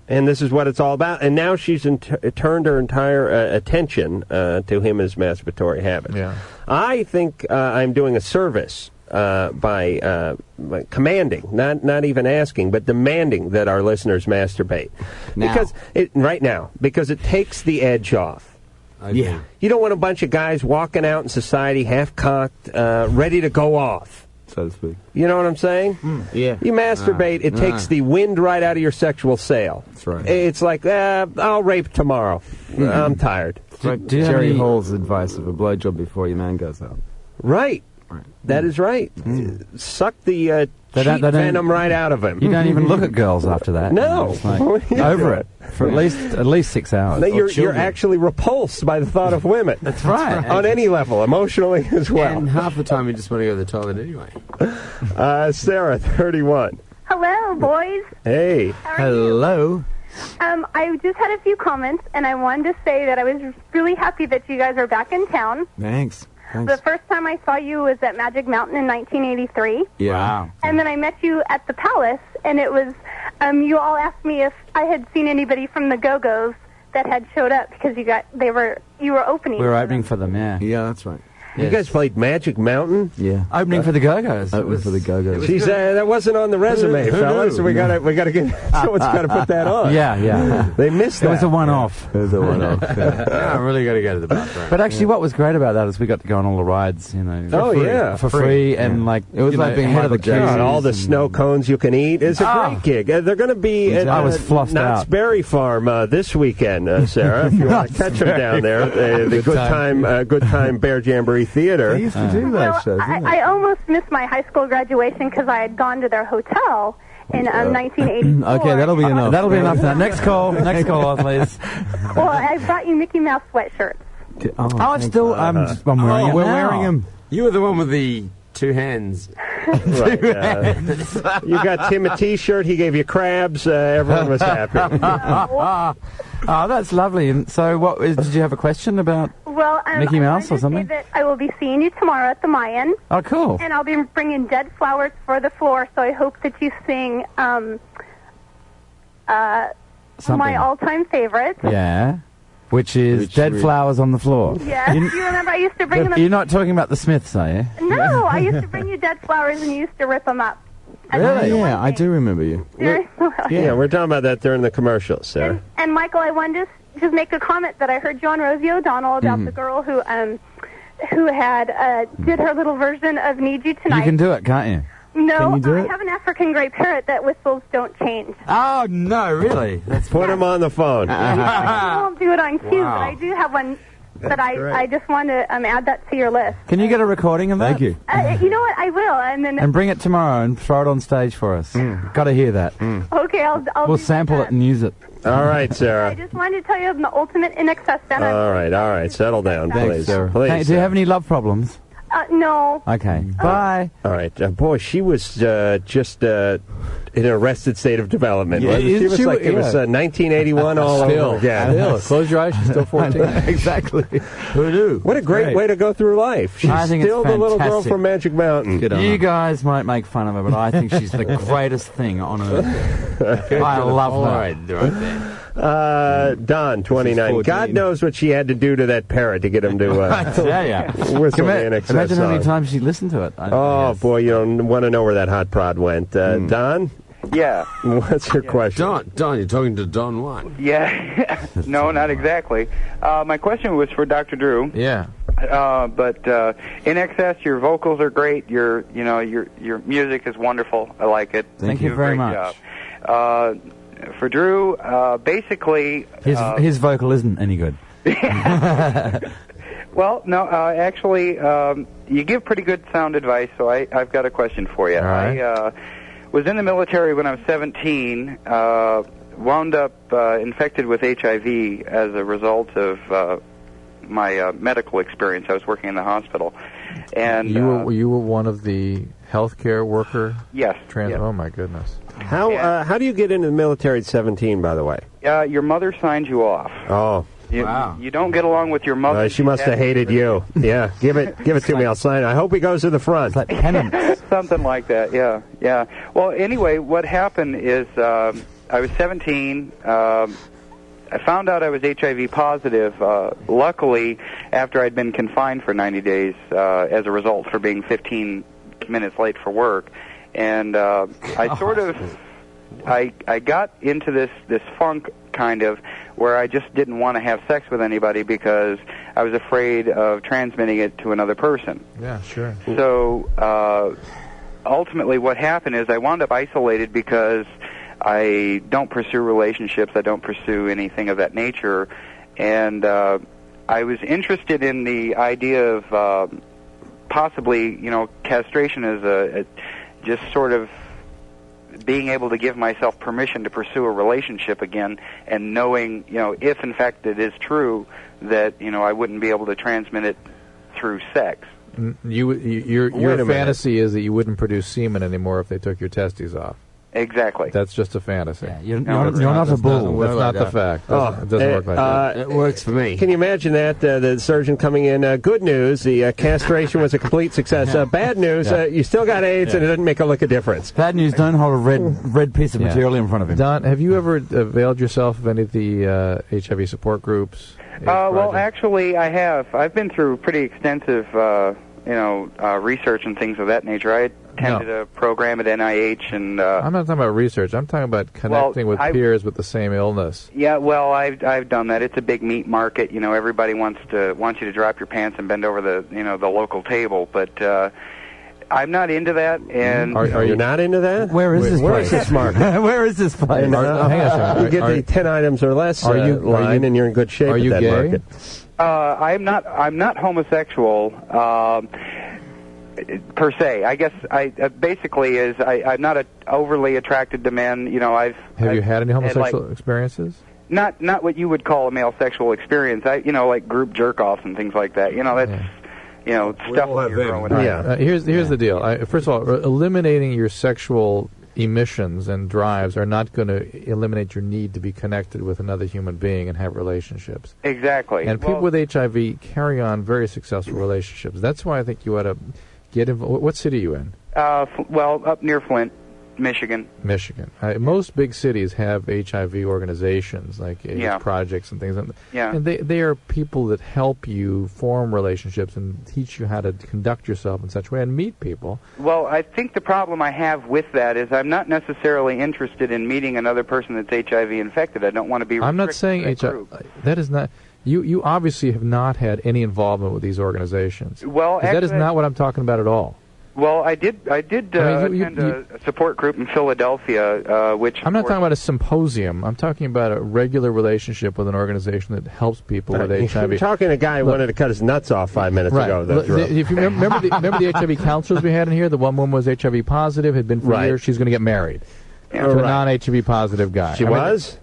and this is what it's all about. And now she's in turned her entire uh, attention uh, to him as masturbatory habits.
Yeah.
I think uh, I'm doing a service uh, by, uh, by commanding, not not even asking, but demanding that our listeners masturbate
Now.
because it, right now because it takes the edge off.
Yeah.
You don't want a bunch of guys walking out in society half cocked, uh, ready to go off.
So to speak.
You know what I'm saying?
Hmm.
Yeah.
You masturbate, it
Ah,
takes
ah.
the wind right out of your sexual sail. That's
right.
It's like, uh, I'll rape tomorrow. I'm tired.
It's like Jerry Hall's advice of a blowjob before your man goes out.
Right.
Hmm.
That is right. Suck the uh,
They don't-
cheap
they don't-
venom right out of him.
You don't even look at girls after that.
No.
It's like, over it for at least at least six hours.
That you're, you're actually repulsed by the thought of women. That's
right.
On any level, emotionally as well.
And half the time you just want to go to the toilet anyway.
Uh, Sarah, 31.
Hello, boys.
Hey.
Hello.
Um, I just had a few comments, and I wanted to say that I was really happy that you guys are back in town.
Thanks.
The first time I saw you was at Magic Mountain in 1983,
Yeah.
and then I met you at the Palace, and it was Um, you all asked me if I had seen anybody from the Go Go's that had showed up because you got they were you were opening.
We were opening for them, yeah.
Yeah, that's right.
You guys played Magic Mountain?
Yeah.
Opening for the Go Go's.
Opening for the Go Go's.
She's, uh, that wasn't on the resume,
Who knew?
fellas. We gotta, we gotta get. Someone's gotta put that on.
Yeah, yeah.
They missed
It
that.
was a one-off.
It was a one-off.
I really got to go to the bathroom.
But actually, what was great about that is we got to go on all the rides, you know.
Oh, yeah.
for free, and
Yeah.
like you know, ahead of the
God,
queues
all the
and-
snow cones you can eat. It's a
Ah.
great gig. Uh, They're going to be at
I was
uh,
fluffed
Knott's
out.
Berry Farm uh, this weekend, uh, Sarah. If you want to
Knott's
catch them down
Berry
there, uh,
Farm.
the
Good
Good
time.
Time, uh, Good Time Bear Jamboree Theater. Uh,
They used to do
Well, I, I almost missed my high school graduation because I had gone to their hotel in um, 1984.
Okay, that'll be enough.
That'll be enough. Now, next call. Next call, please.
well, I brought you Mickey Mouse sweatshirts.
Oh, I'm still. I'm, I'm wearing
oh,
it
we're
now.
wearing them. You were the one with the two hands.
Right, uh, you got Tim a T-shirt. He gave you crabs. Uh, everyone was happy.
oh, that's lovely. And so, what is- did you have a question about?
Well, um,
Mickey
I
Mouse
wanted
or something?
to say that I will be seeing you tomorrow at the Mayan.
Oh, cool.
And I'll be bringing dead flowers for the floor, so I hope that you sing um, uh,
Something.
my all-time favorite.
Yeah, which is dead
we-
flowers on the floor.
Yes,
You-
you remember I used to bring them.
You're not talking about the Smiths, are you?
No, I used to bring you dead flowers and you used to rip them up.
Really? Yeah, I do remember you.
Very well.
yeah, we're talking about that during the commercials, Sarah.
And Michael, I wanted to s- just make a comment that I heard John Rosie O'Donnell about
Mhm.
the girl who um who had uh did her little version of Need You Tonight.
You can do it, can't you?
no,
can you do
I
it?
have an African gray parrot that whistles "Don't Change."
Oh no, really? That's
Put him on the phone.
I won't do it on cue,
Wow.
but I do have one. But I,
Ah. great.
I just want to um, add that to your list.
Can you get a recording of that? Thank you.
Uh, you know what? I will, and then
Mm. And bring it tomorrow and throw it on stage for us.
Mm.
Got to hear that.
okay, I'll, I'll
We'll
do
sample it and use it.
All right,
I
Sarah.
just wanted to tell you I'm the ultimate in excess fan.
All right, all right. Settle down,
Thanks,
please.
Sarah.
Please.
Hey, do you have any love problems?
Uh, no,
Okay. Bye.
Mm-hmm. All right, uh, boy, she was uh, just uh, in an arrested state of development.
Yeah,
wasn't she?
isn't
was
she-
like it was
yeah.
uh, 1981 all
Still,
over again.
still. Close your eyes, she's still 14.
exactly.
Who knew?
What a great,
Great.
way to go through life. She's
I think it's
still the little girl
fantastic.
from Magic Mountain.
Mm. You guys might make fun of her, but I think she's the greatest thing on earth. I love her.
All right, Uh, Don, 29. God
14.
knows what she had to do to that parrot to get him to uh,
yeah, yeah.
whistle
Ima-
the NXS
imagine how many
song.
times she listened to it. I-
Oh, boy, you don't want to know where that hot prod went. Uh, Don,
Yeah.
what's your question?
Don, Don, you're talking to Don One.
Yeah. no, not exactly. Uh, my question was for Dr. Drew.
Yeah.
Uh, but uh, in excess, your vocals are great. Your you know your your music is wonderful. I like it.
Thank
You
you
do a
very
great Job.
much.
Uh, for Drew, uh, basically,
His,
Oh.
uh,
his vocal isn't any good.
well, no, uh, actually, um, you give pretty good sound advice. So I I've got a question for you.
All right.
I uh, was in the military when I was 17. Uh, wound up uh, infected with HIV as a result of uh, my uh, medical experience. I was working in the hospital, and
you
uh,
were you were one of the healthcare worker.
Yes,
Trans.
yes.
Oh my goodness.
How, uh, how do you get into the military at 17, by the way?
uh, your mother signed you off.
Oh.
You, you don't get along with your mother.
Uh, she must have hated you. Yeah, give it, give it to me. I'll sign it. I hope he goes to the front.
Something like that, yeah, yeah. Well, anyway, what happened is um I was 17. Um, I found out I was HIV positive. Uh, luckily, after I'd been confined for 90 days uh, as a result for being 15 minutes late for work, and uh, I sort of, I I got into this this funk kind of where I just didn't want to have sex with anybody because I was afraid of transmitting it to another person.
Yeah, sure.
So uh, ultimately, what happened is I wound up isolated because I don't pursue relationships. I don't pursue anything of that nature, and uh, I was interested in the idea of um possibly, you know, castration as a, a just sort of being able to give myself permission to pursue a relationship again and knowing, you know, if in fact it is true that, you know, I wouldn't be able to transmit it through sex.
N- You, you your
Wait a
your
minute.
fantasy is that you wouldn't produce semen anymore if they took your testes off.
Exactly.
That's just a fantasy.
you're,
No,
you're not a bull.
That's not the fact. Doesn't- it doesn't
eh,
work like
uh,
that.
It works for me.
Oh, Can you imagine that? Uh, the surgeon coming in. Uh, good news: the uh, castration was a complete success. Uh, bad news:
Yeah.
uh, you still got AIDS, and it doesn't make a lick of difference.
Bad news. Don't hold a red red piece of
Yeah.
material in front of him.
Don, have you ever availed yourself of any of the uh, HIV support groups?
Uh, well, actually, I have. I've been through pretty extensive, uh, you know, uh, research and things of that nature. I attended a program at NIH, and uh,
I'm not talking about research. I'm talking about connecting with
I-
peers with the same illness.
yeah, well, I've I've done that. It's a big meat market. You know, everybody wants to wants you to drop your pants and bend over the you know the local table, but. Uh, I'm not into that,
Mm-hmm.
and
Are- are you not into that?
Where is
Wait,
this
where
place?
is this market?
where is this place?
And, uh, you get the ten items or less
Are
uh,
you- are
line,
you-
and you're in good shape
are
at
you
that
gay?
market.
Uh, I'm not. I'm not homosexual um, per se. I guess I uh, basically is I, I'm not a, overly attracted to men. You know, I've
Have you had any
I'd like-
homosexual experiences?
not not what you would call a male sexual experience. I you know like group jerk offs and things like that. You know that's you know stuff when you're growing up.
Uh, here's here's the deal. I, first of all, er- eliminating your sexual emissions and drives are not going to eliminate your need to be connected with another human being and have relationships.
Exactly.
And people
Well,
with HIV carry on very successful relationships. That's why I think you ought to get involved. What city are you in?
uh, f- well, up near Flint, Michigan.
Michigan. Uh, most big cities have HIV organizations, like AIDS
Yeah.
projects and things. And,
Yeah.
and they, they are people that help you form relationships and teach you how to conduct yourself in such a way and meet people.
Well, I think the problem I have with that is I'm not necessarily interested in meeting another person that's HIV infected. I don't want to be.
I'm not
restricted
saying
to that
HIV.
group.
That is not. You, you obviously have not had any involvement with these organizations.
Well,
'Cause that is
actually-
not what I'm talking about at all.
Well, I did. I did uh,
I mean, you- you-
attend a, a support group in Philadelphia, uh, which
I'm not talking about a symposium. I'm talking about a regular relationship with an organization that helps people with
You're
HIV.
talking to a guy who
Look-
wanted to cut his nuts off five minutes
Right.
ago.
Look,
That's
the- If you remember, remember the, remember the HIV counselors we had in here, the one woman was HIV positive, had been for
Right.
years. She's going to get married to a
Right.
non-HIV positive guy.
She
I mean,
was?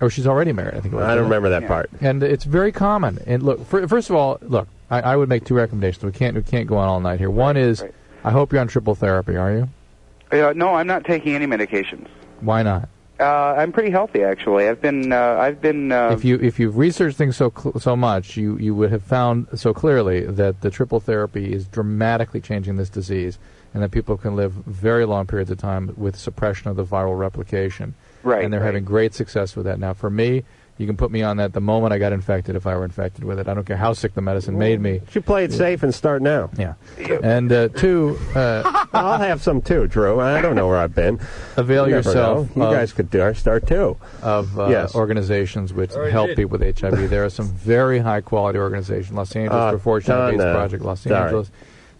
or she's already married. I think. it was.
I don't remember that Yeah. part.
And it's very common. And look, fir- first of all, look, I, I would make two recommendations. We can't we can't go on all night here. One is, I hope you're on triple therapy. Are you?
Uh, no, I'm not taking any medications.
Why not?
Uh, I'm pretty healthy, actually. I've been. Uh, I've been. Uh,
if you if you've researched things so cl- so much, you you would have found so clearly that the triple therapy is dramatically changing this disease, and that people can live very long periods of time with suppression of the viral replication.
Right,
And they're
right.
having great success with that now. For me. You can put me on that the moment I got infected if I were infected with it. I don't care how sick the medicine made me.
You play it safe and start now.
Yeah. And uh, two, uh,
I'll have some too, Drew. I don't know where I've been.
Avail
You never
yourself
know. You
of-
guys could do- start too.
of uh,
Yes.
organizations which
Already
help
did.
people with HIV. There are some very high quality organizations. Los Angeles
Uh,
for Fortune
Don,
AIDS
uh,
Project, Los
sorry.
Angeles.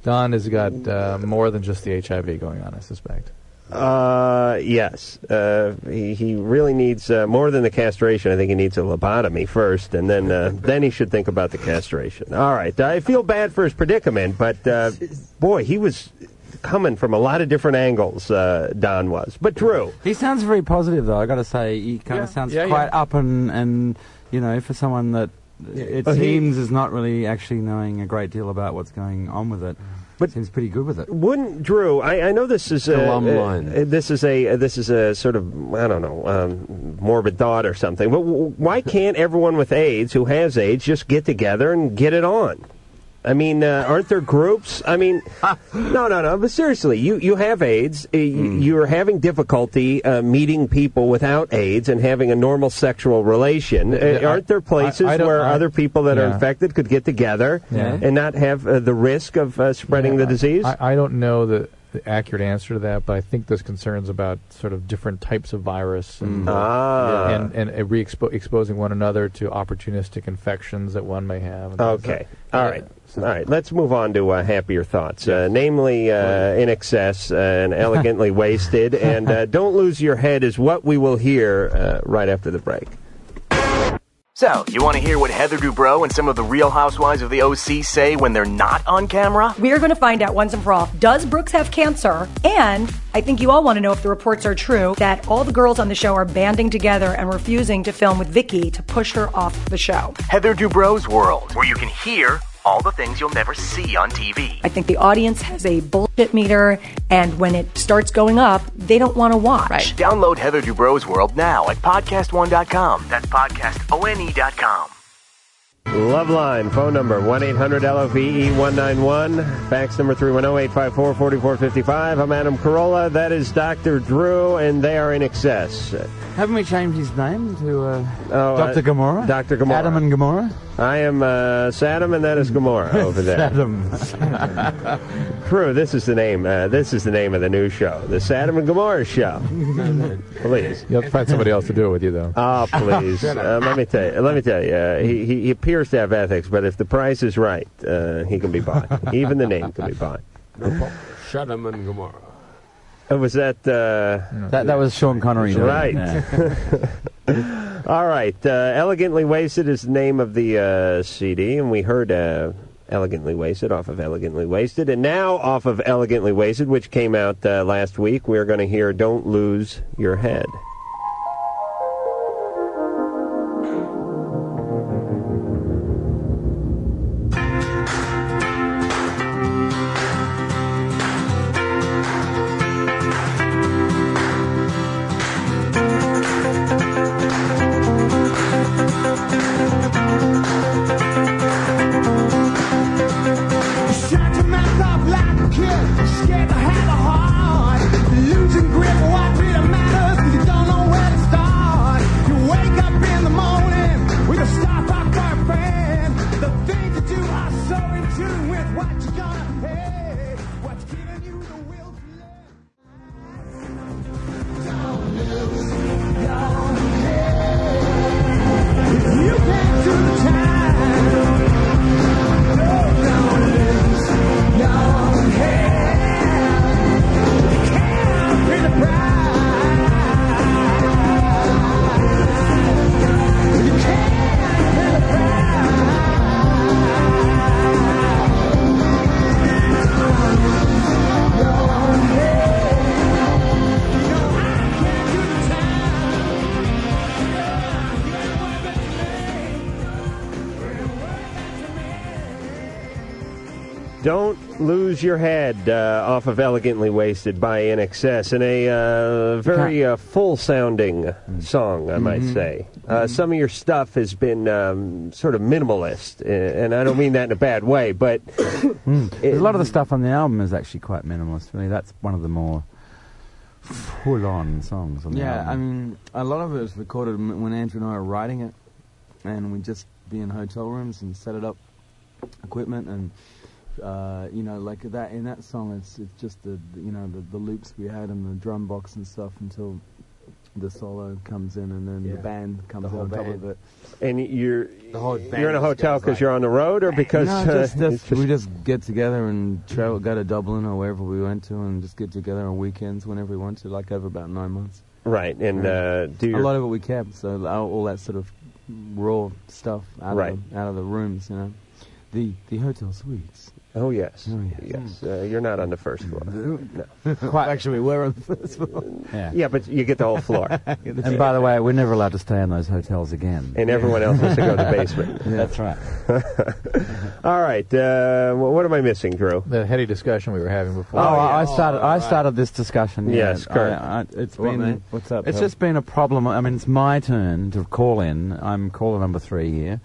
Don has got uh, more than just the HIV going on, I suspect.
Uh, yes. Uh, he, he really needs uh, more than the castration. I think he needs a lobotomy first, and then uh, then he should think about the castration. All right. I feel bad for his predicament, but uh, boy, he was coming from a lot of different angles. Uh, Don was, but Drew.
He sounds very positive, though. I got to say, he kind of sounds
yeah,
quite up and and you know, for someone that it
Well, Oh, he-
seems is not really actually knowing a great deal about what's going on with it. But seems pretty good with it.
Wouldn't Drew? I, I know this is a,
Glum
uh,
line.
uh, this is a uh, this is a sort of I don't know um, morbid thought or something. But w- w- why can't everyone with AIDS who has AIDS just get together and get it on? I mean, uh, aren't there groups? I mean, no, no, no. But seriously, you you have AIDS. Uh, y-
Hmm.
You're having difficulty uh, meeting people without AIDS and having a normal sexual relation. Uh,
I-
aren't there places
I- I don't-
where
I-
other people that are
Yeah.
infected could get together
Yeah.
and not have uh, the risk of uh, spreading the disease?
I, I don't know the, the accurate answer to that, but I think there's concerns about sort of different types of virus and uh,
Mm. Ah.
and, and uh, re-expo- exposing one another to opportunistic infections that one may have. and things
Okay.
like-
All right. All right. Let's move on to uh, happier thoughts, uh, namely uh, in excess uh, and elegantly wasted, and uh, don't lose your head is what we will hear uh, right after the break.
So, you want to hear what Heather Dubrow and some of the real housewives of the OC say when they're not on camera?
We're going to find out once and for all does Brooks have cancer? And I think you all want to know if the reports are true that all the girls on the show are banding together and refusing to film with Vicky to push her off the show.
Heather Dubrow's World, where you can hear all the things you'll never see on TV.
I think the audience has a bullshit meter, and when it starts going up, they don't want to watch.
Download Heather Dubrow's World now at podcastone.com. That's E podcastone.com.
Loveline, phone number 1 800 LOVE 191, fax number 310 854 4455. I'm Adam Carolla. That is Dr. Drew, and they are in excess.
Haven't we changed his name to uh,
Oh, uh,
Dr. Gamora?
Dr. Gamora.
Adam and Gamora?
I am uh, Saddam, and that is Gamora over there. Saddam. Crew, this is the name. Uh, this is the name of the new show, the Saddam and Gamora show. Please,
you'll have to find somebody else to do it with you, though.
Oh, please.
Shut
uh, let me tell you. Let me tell you. Uh, he, he he appears to have ethics, but if the price is right, uh, he can be bought. Even the name can be bought.
Shaddam and Gomorrah.
Uh, was that? Uh,
That, that was Sean Connery. doing it,
Right.
yeah.
All right. Uh, Elegantly Wasted is the name of the uh, CD, and we heard uh, Elegantly Wasted off of Elegantly Wasted. And now off of Elegantly Wasted, which came out uh, last week, we're going to hear Don't Lose Your Head.
Shot your mouth up like a kid, scared to have a heart. Losing grip, why did it matter? You don't know where to start. You wake up in the morning with a Starbucks boyfriend. The things you do are so in tune with what you're gonna hate. What's giving you the will to live? Don't lose your head. If you can't do the time, no, don't lose your head. You can't be the bride. You can't.
Don't Lose Your Head uh, off of Elegantly Wasted by In Excess, and a uh, very uh, full sounding song, I might
Mhm.
say. Uh, some of your stuff has been um, sort of minimalist, uh, and I don't mean that in a bad way, but Mm.
There's a lot of the stuff on the album is actually quite minimalist. Really, that's one of the more full-on songs on the
Yeah,
album.
I mean, a lot of it was recorded m- when Andrew and I were writing it, and we'd just be in hotel rooms and set it up, equipment, and uh, you know, like that in that song, it's it's just the the- you know the, the loops we had and the drum box and stuff until the solo comes in and then
Yeah.
the band comes
The
in
whole
on top
band.
of it.
and you're
band
you're in a
just
hotel
goes
because
like-
you're on the road, or because
no,
uh,
just, just, we just get together and travel, go to Dublin or wherever we went to, and just get together on weekends whenever we want to, like over about nine months.
Right, and, uh, do
a
your-
lot of it we kept, so all, all that sort of raw stuff out
Right.
of the, out of the rooms, you know, the the hotel suites.
Oh yes,
oh yes.
yes. Uh, you're not on the first floor. No.
Quite. Actually, we were on the first floor.
Yeah.
Yeah, but you get the whole floor.
and by the way, we're never allowed to stay in those hotels again.
And everyone else has to go to the basement.
That's right.
All right. Uh, wh- what am I missing, Drew?
The heady discussion we were having before.
Oh, I I started. I started this discussion. yeah.
Yes, Kurt.
I- I- it's
What,
been.
mate? What's up,
It's
pal?
just been a problem. I mean, it's my turn to call in. I'm caller number three here.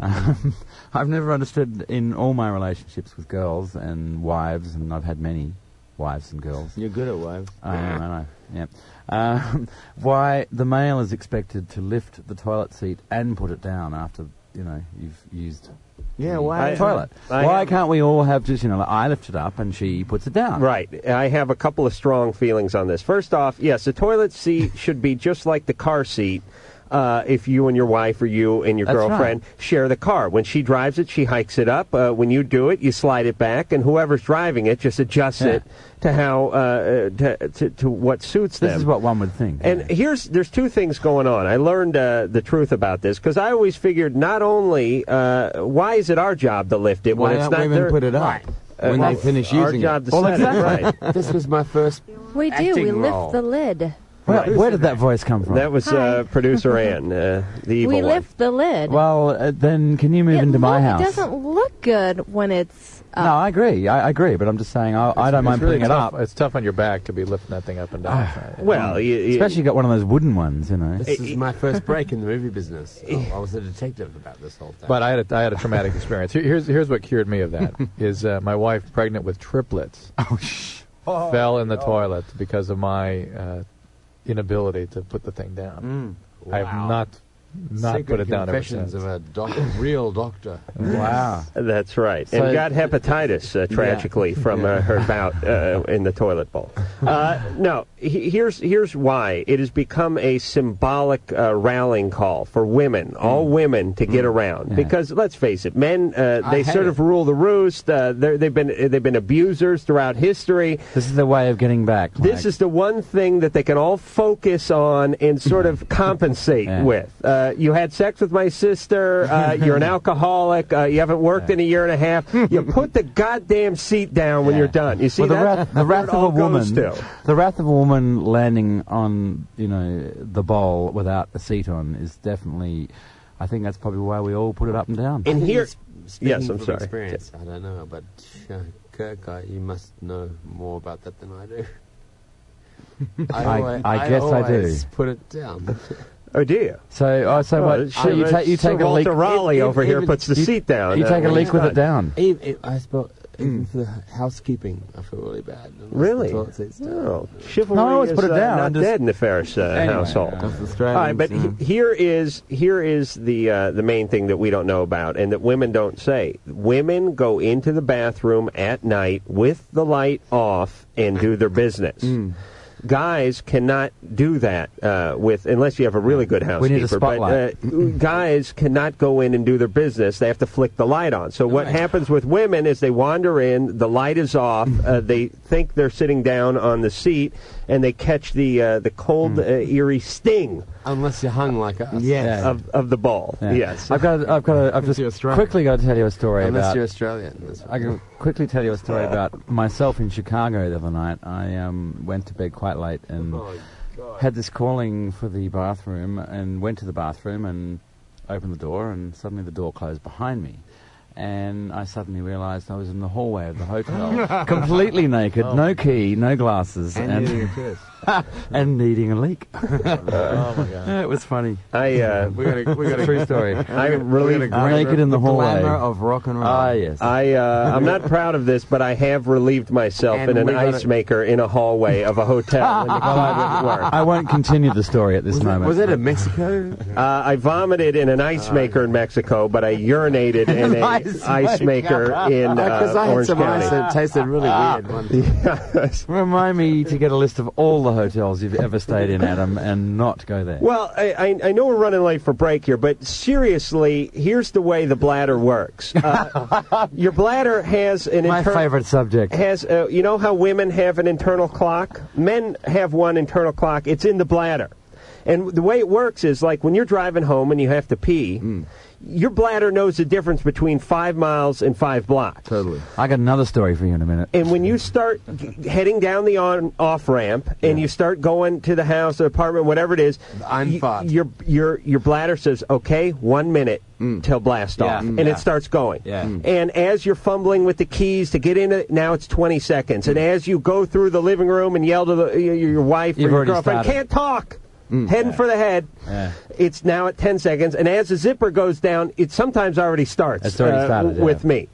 Um, I've never understood in all my relationships with girls and wives, and I've had many wives and girls.
You're good at wives.
Um, I know. Yeah. Um, why the male is expected to lift the toilet seat and put it down after you know you've used
Yeah,
the
why-
toilet?
Mm. I-
why can't we all have just you know like, I lift it up and she puts it down?
Right. I have a couple of strong feelings on this. First off, yes, the toilet seat should be just like the car seat. Uh, if you and your wife or you and your
That's right.
girlfriend share the car, when she drives it, she hikes it up. Uh, when you do it, you slide it back, and whoever's driving it just adjusts
Yeah.
it to how uh, to, to to what suits them.
This is what one would think.
And here's there's two things going on. I learned uh, the truth about this because I always figured not only uh, why is it our job to lift it
Why
when it's
don't
not
women
their-
put it up
Uh,
when
well,
they finish
our
using
job
it?
to set it, right.
this was my first.
We do. We
acting
lift
role.
the lid.
Where, where did that voice come from?
That was uh, producer Ann, uh, the evil
we
one.
lift the lid.
Well, uh, then can you move
it
into my
look-
house?
It doesn't uh, look good when it's up.
No, I agree. I, I agree, but I'm just saying I, I don't
It's
mind
really
putting it
tough-
up.
It's tough on your back to be lifting that thing up and down.
Um, especially you got one of those wooden ones, you know.
Ah. This is my first break in the movie business. I I was a detective about this whole thing.
But I had a, I had a traumatic experience. Here- Here's here's what cured me of that is uh, my wife pregnant with triplets.
Oh,
fell in the toilet because of my uh, inability to put the thing down.
Mm.
I have
Wow.
not not
Secret
put it down ever
confessions
since.
of a doc- real doctor.
That's right.
So-
and got hepatitis, uh, tragically, from uh, her bout uh, in the toilet bowl. Uh, no, he- here's, here's why. It has become a symbolic uh, rallying call for women, all women, to get around. Because, let's face it, men, uh,
I
they
hate
sort of rule the roost. Uh, they're- they've, been, they've been abusers throughout history.
This is the way of getting back.
This is the one thing that they can all focus on and sort of compensate with. Uh, you had sex with my sister. Uh, you're an alcoholic. Uh, you haven't worked in a year and a half. You put the goddamn seat down when you're done. You see
well, the
that?
wrath, the
Where it
wrath of a
all goes
woman,
to.
the wrath of a woman landing on you know the bowl without a seat on is definitely. I think that's probably why we all put it up and down.
I think it's- speaking from Experience, I don't know, but uh, Kirk, I, you must know more about that than I do.
I- I guess I do.
always Put it down.
Oh, do you?
So, oh, so
Oh,
what?
shit,
you, ta- you
Sir
take a leak.
Walter Raleigh over here puts the
you-
seat down,
You
uh,
take a
when
leak
he's
with
done.
it down. Hmm.
Even, if- I spoke even for the housekeeping. I feel really Oh, bad.
Really? No. Chivalry is, uh, not dead in the Ferris uh,
Anyway,
household.
uh, That's
All
Australians,
right, but he- here is here is the uh, the main thing that we don't know about and that women don't say. Women go into the bathroom at night with the light off and do their business.
Mm.
Guys cannot do that uh, with unless you have a really good
We
housekeeper.
need a spotlight.
But, uh, guys cannot go in and do their business. They have to flick the light on. So what happens with women is they wander in, the light is off, uh, they think they're sitting down on the seat, and they catch the uh, the cold, uh, eerie sting
Hmm. Unless you're hung like us.
of, of the ball.
Yeah.
Yes.
I've got. A, I've got. A, I've just quickly got to tell you a story
Unless
about.
you're Australian.
I can quickly tell you a story about myself in Chicago the other night. I um, went to bed quite late and
Oh,
had this calling for the bathroom, and went to the bathroom and opened the door, and suddenly the door closed behind me. And I suddenly realised I was in the hallway of the hotel, completely naked,
Oh.
no key, no glasses,
And needing a piss.
and needing a leak. oh my
God.
it was funny.
I uh,
We gotta- we gotta-
true story.
we gotta- I we
really
gotta grind
naked in the,
the
hallway.
glamour of rock and roll.
Ah, yes.
I uh, I'm not proud of this, but I have relieved myself
And
in an
we're gonna-
ice maker in a hallway of a hotel. when the clock wouldn't work.
I won't continue the story at this moment.
in Mexico?
Uh, I vomited in
Ah,
an ice maker in Mexico, but I urinated in an ice,
Ice
maker in
Because
uh,
I had
Orange
some
County.
ice Ah, that tasted really weird. One time.
Remind me to get a list of all the hotels you've ever stayed in, Adam, and not go there.
Well, I, I, I know we're running late for break here, but seriously, here's the way the bladder works. Uh, your bladder has an
My
internal
favourite subject.
has uh, you know how women have an internal clock? Men have one internal clock. It's in the bladder. And the way it works is like when you're driving home and you have to pee,
Hmm.
your bladder knows the difference between 5 miles and 5 blocks.
Totally. I got another story for you in a minute.
And when you start g- heading down the on off ramp, and you start going to the house, the apartment, whatever it is, you- your your your bladder says, "Okay, one minute till blast
Yeah.
off,"
Mm.
and
Yeah.
it starts going.
Yeah. Mm.
And as you're fumbling with the keys to get in it, now it's 20 seconds.
Hmm.
And as you go through the living room and yell to the, your, your wife
You've
or your
already
girlfriend,
started.
"Can't talk," heading for the head. It's now at 10 seconds, and as the zipper goes down, it sometimes already starts uh,
It's already started, yeah.
with me.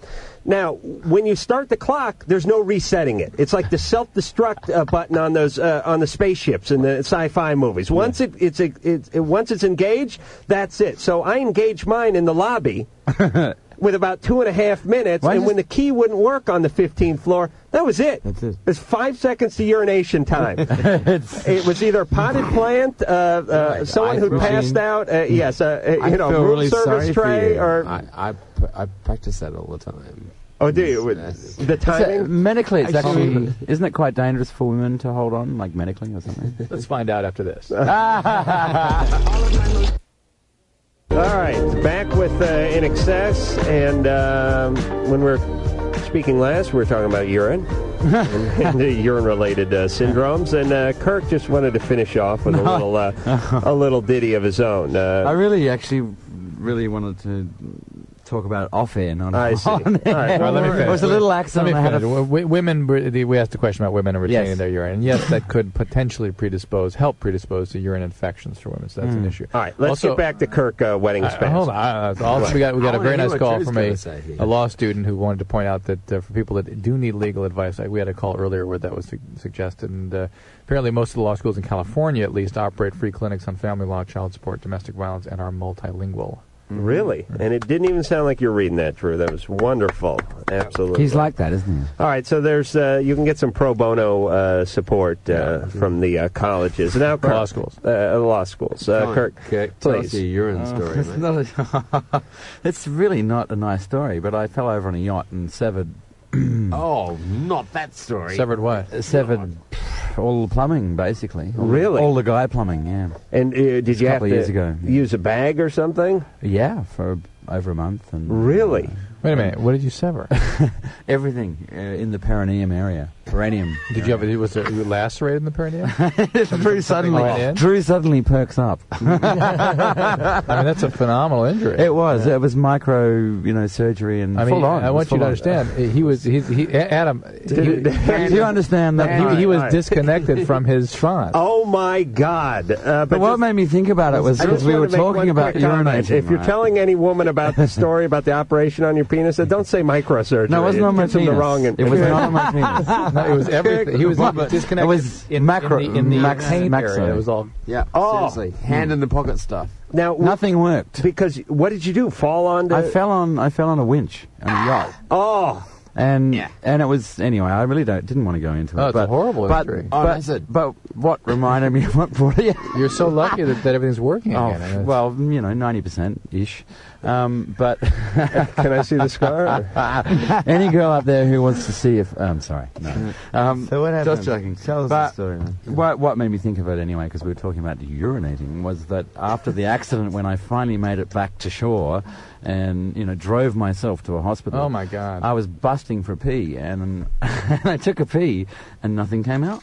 Now, when you start the clock, there's no resetting it. It's like the self-destruct uh, button on those uh, on the spaceships in the sci-fi movies. Once it, it's it, it, once it's engaged, that's it. So I engage mine in the lobby with about two and a half minutes, and when the key wouldn't work on the 15th floor, that was it. That's it. It's five seconds to urination time. it was either a potted plant, uh, uh, someone
ice
who
Oh machine.
passed out, uh, yes, uh,
I
you know,
feel
room
really
service
sorry for
tray,
you.
or
I, I, p- I practice that all the time.
oh, do you?
Yes.
The
So,
timing.
medically, it's
Actually-
actually isn't it quite dangerous for women to hold on, like medically or something?
Let's find out after this.
Uh,
Ah.
All right, back with uh, in excess, and um, when we we're speaking last, we we're talking about urine. and, urine-related uh, syndromes. And uh, Kirk just wanted to finish off with a
No.
little uh, a little ditty of his own. Uh,
I really, actually, really wanted to talk about it off air, not
I
on
see.
air. It was a little accent.
Let
I
me
had a
finish. W- women, re- the- we asked the question about women and retaining
Yes.
their urine. And yes, that could potentially predispose, help predispose to urine infections for women. So that's an
Mm.
issue.
All right, let's
Also-
get back to Kirk uh, wedding
Uh,
spasms.
hold on. Uh, also, we got we got a very nice call from a, a law student who wanted to point out that uh, for people that do need legal advice, I, we had a call earlier where that was su- suggested, and uh, apparently most of the law schools in California, at least, operate free clinics on family law, child support, domestic violence, and are multilingual.
Really? And it didn't even sound like you're reading that, Drew. That was wonderful. Absolutely.
He's like that, isn't he?
All right, so there's uh, you can get some pro bono uh, support uh, from the uh, colleges now. Kirk, law schools, uh, law schools. Uh, Kirk, please.
Uh, it's, not a- it's really not a nice story, but I fell over on a yacht and severed.
Oh, not that story.
what? Severed pff, all the plumbing, basically. All the-
Really?
all the guy plumbing, yeah.
And uh, did you
a
have
couple
to
of years ago?
use a bag or something?
Yeah, for over a month. And uh,
really?
Wait a minute. What did you sever?
Everything uh, in the perineum area. Perineum.
Did you have a, was it, you lacerated in the perineum?
Drew suddenly,
like that?
Drew suddenly perks up.
I mean, that's a phenomenal injury.
It was. It was micro, you know, surgery and
I mean,
full on.
I
It
want
was
you to
full on.
understand. uh, He was. He's, he, A- Adam. he-
Did it- Do you understand that?
He, he
All
was
right.
disconnected from his font.
Oh my God! Uh,
Uh, But what made me think about it was
I just
because we
wanted
were
to make one
talking about
quick comment.
urinating.
If you're
right?
telling any woman about the story about the operation on your penis, then don't say microsurgery.
No, it wasn't on my
gives them The
penis.
wrong
It was not on my penis.
No, it was everything. He was
But
disconnected.
it was
in,
macro-
in the, in the
max-
paint
maxo.
area. It was all.
Yeah,
Oh.
seriously. Hand in the pocket stuff.
Now
nothing worked
because what did you do? Fall on?
I fell on. I fell on a winch on a yacht.
Oh.
And and it was anyway. I really don't didn't want to go into it.
Oh, it's a
but,
horrible
but,
injury.
But,
Oh, that's
but what reminded me of what brought it?
You're so lucky that, that everything's working
Oh,
again. I mean, it's-
well, you know, ninety percent ish. Um, but can
I see the scar?
Any girl out there who wants to see if I'm sorry, no. Um,
So what happened?
Just joking.
Tell us
But
the story, man.
What what made me think of it anyway? Because we were talking about urinating. Was that after the accident when I finally made it back to shore, and you know, drove myself to a hospital.
Oh, my God.
I was busting for pee, and, and I took a pee, and nothing came out.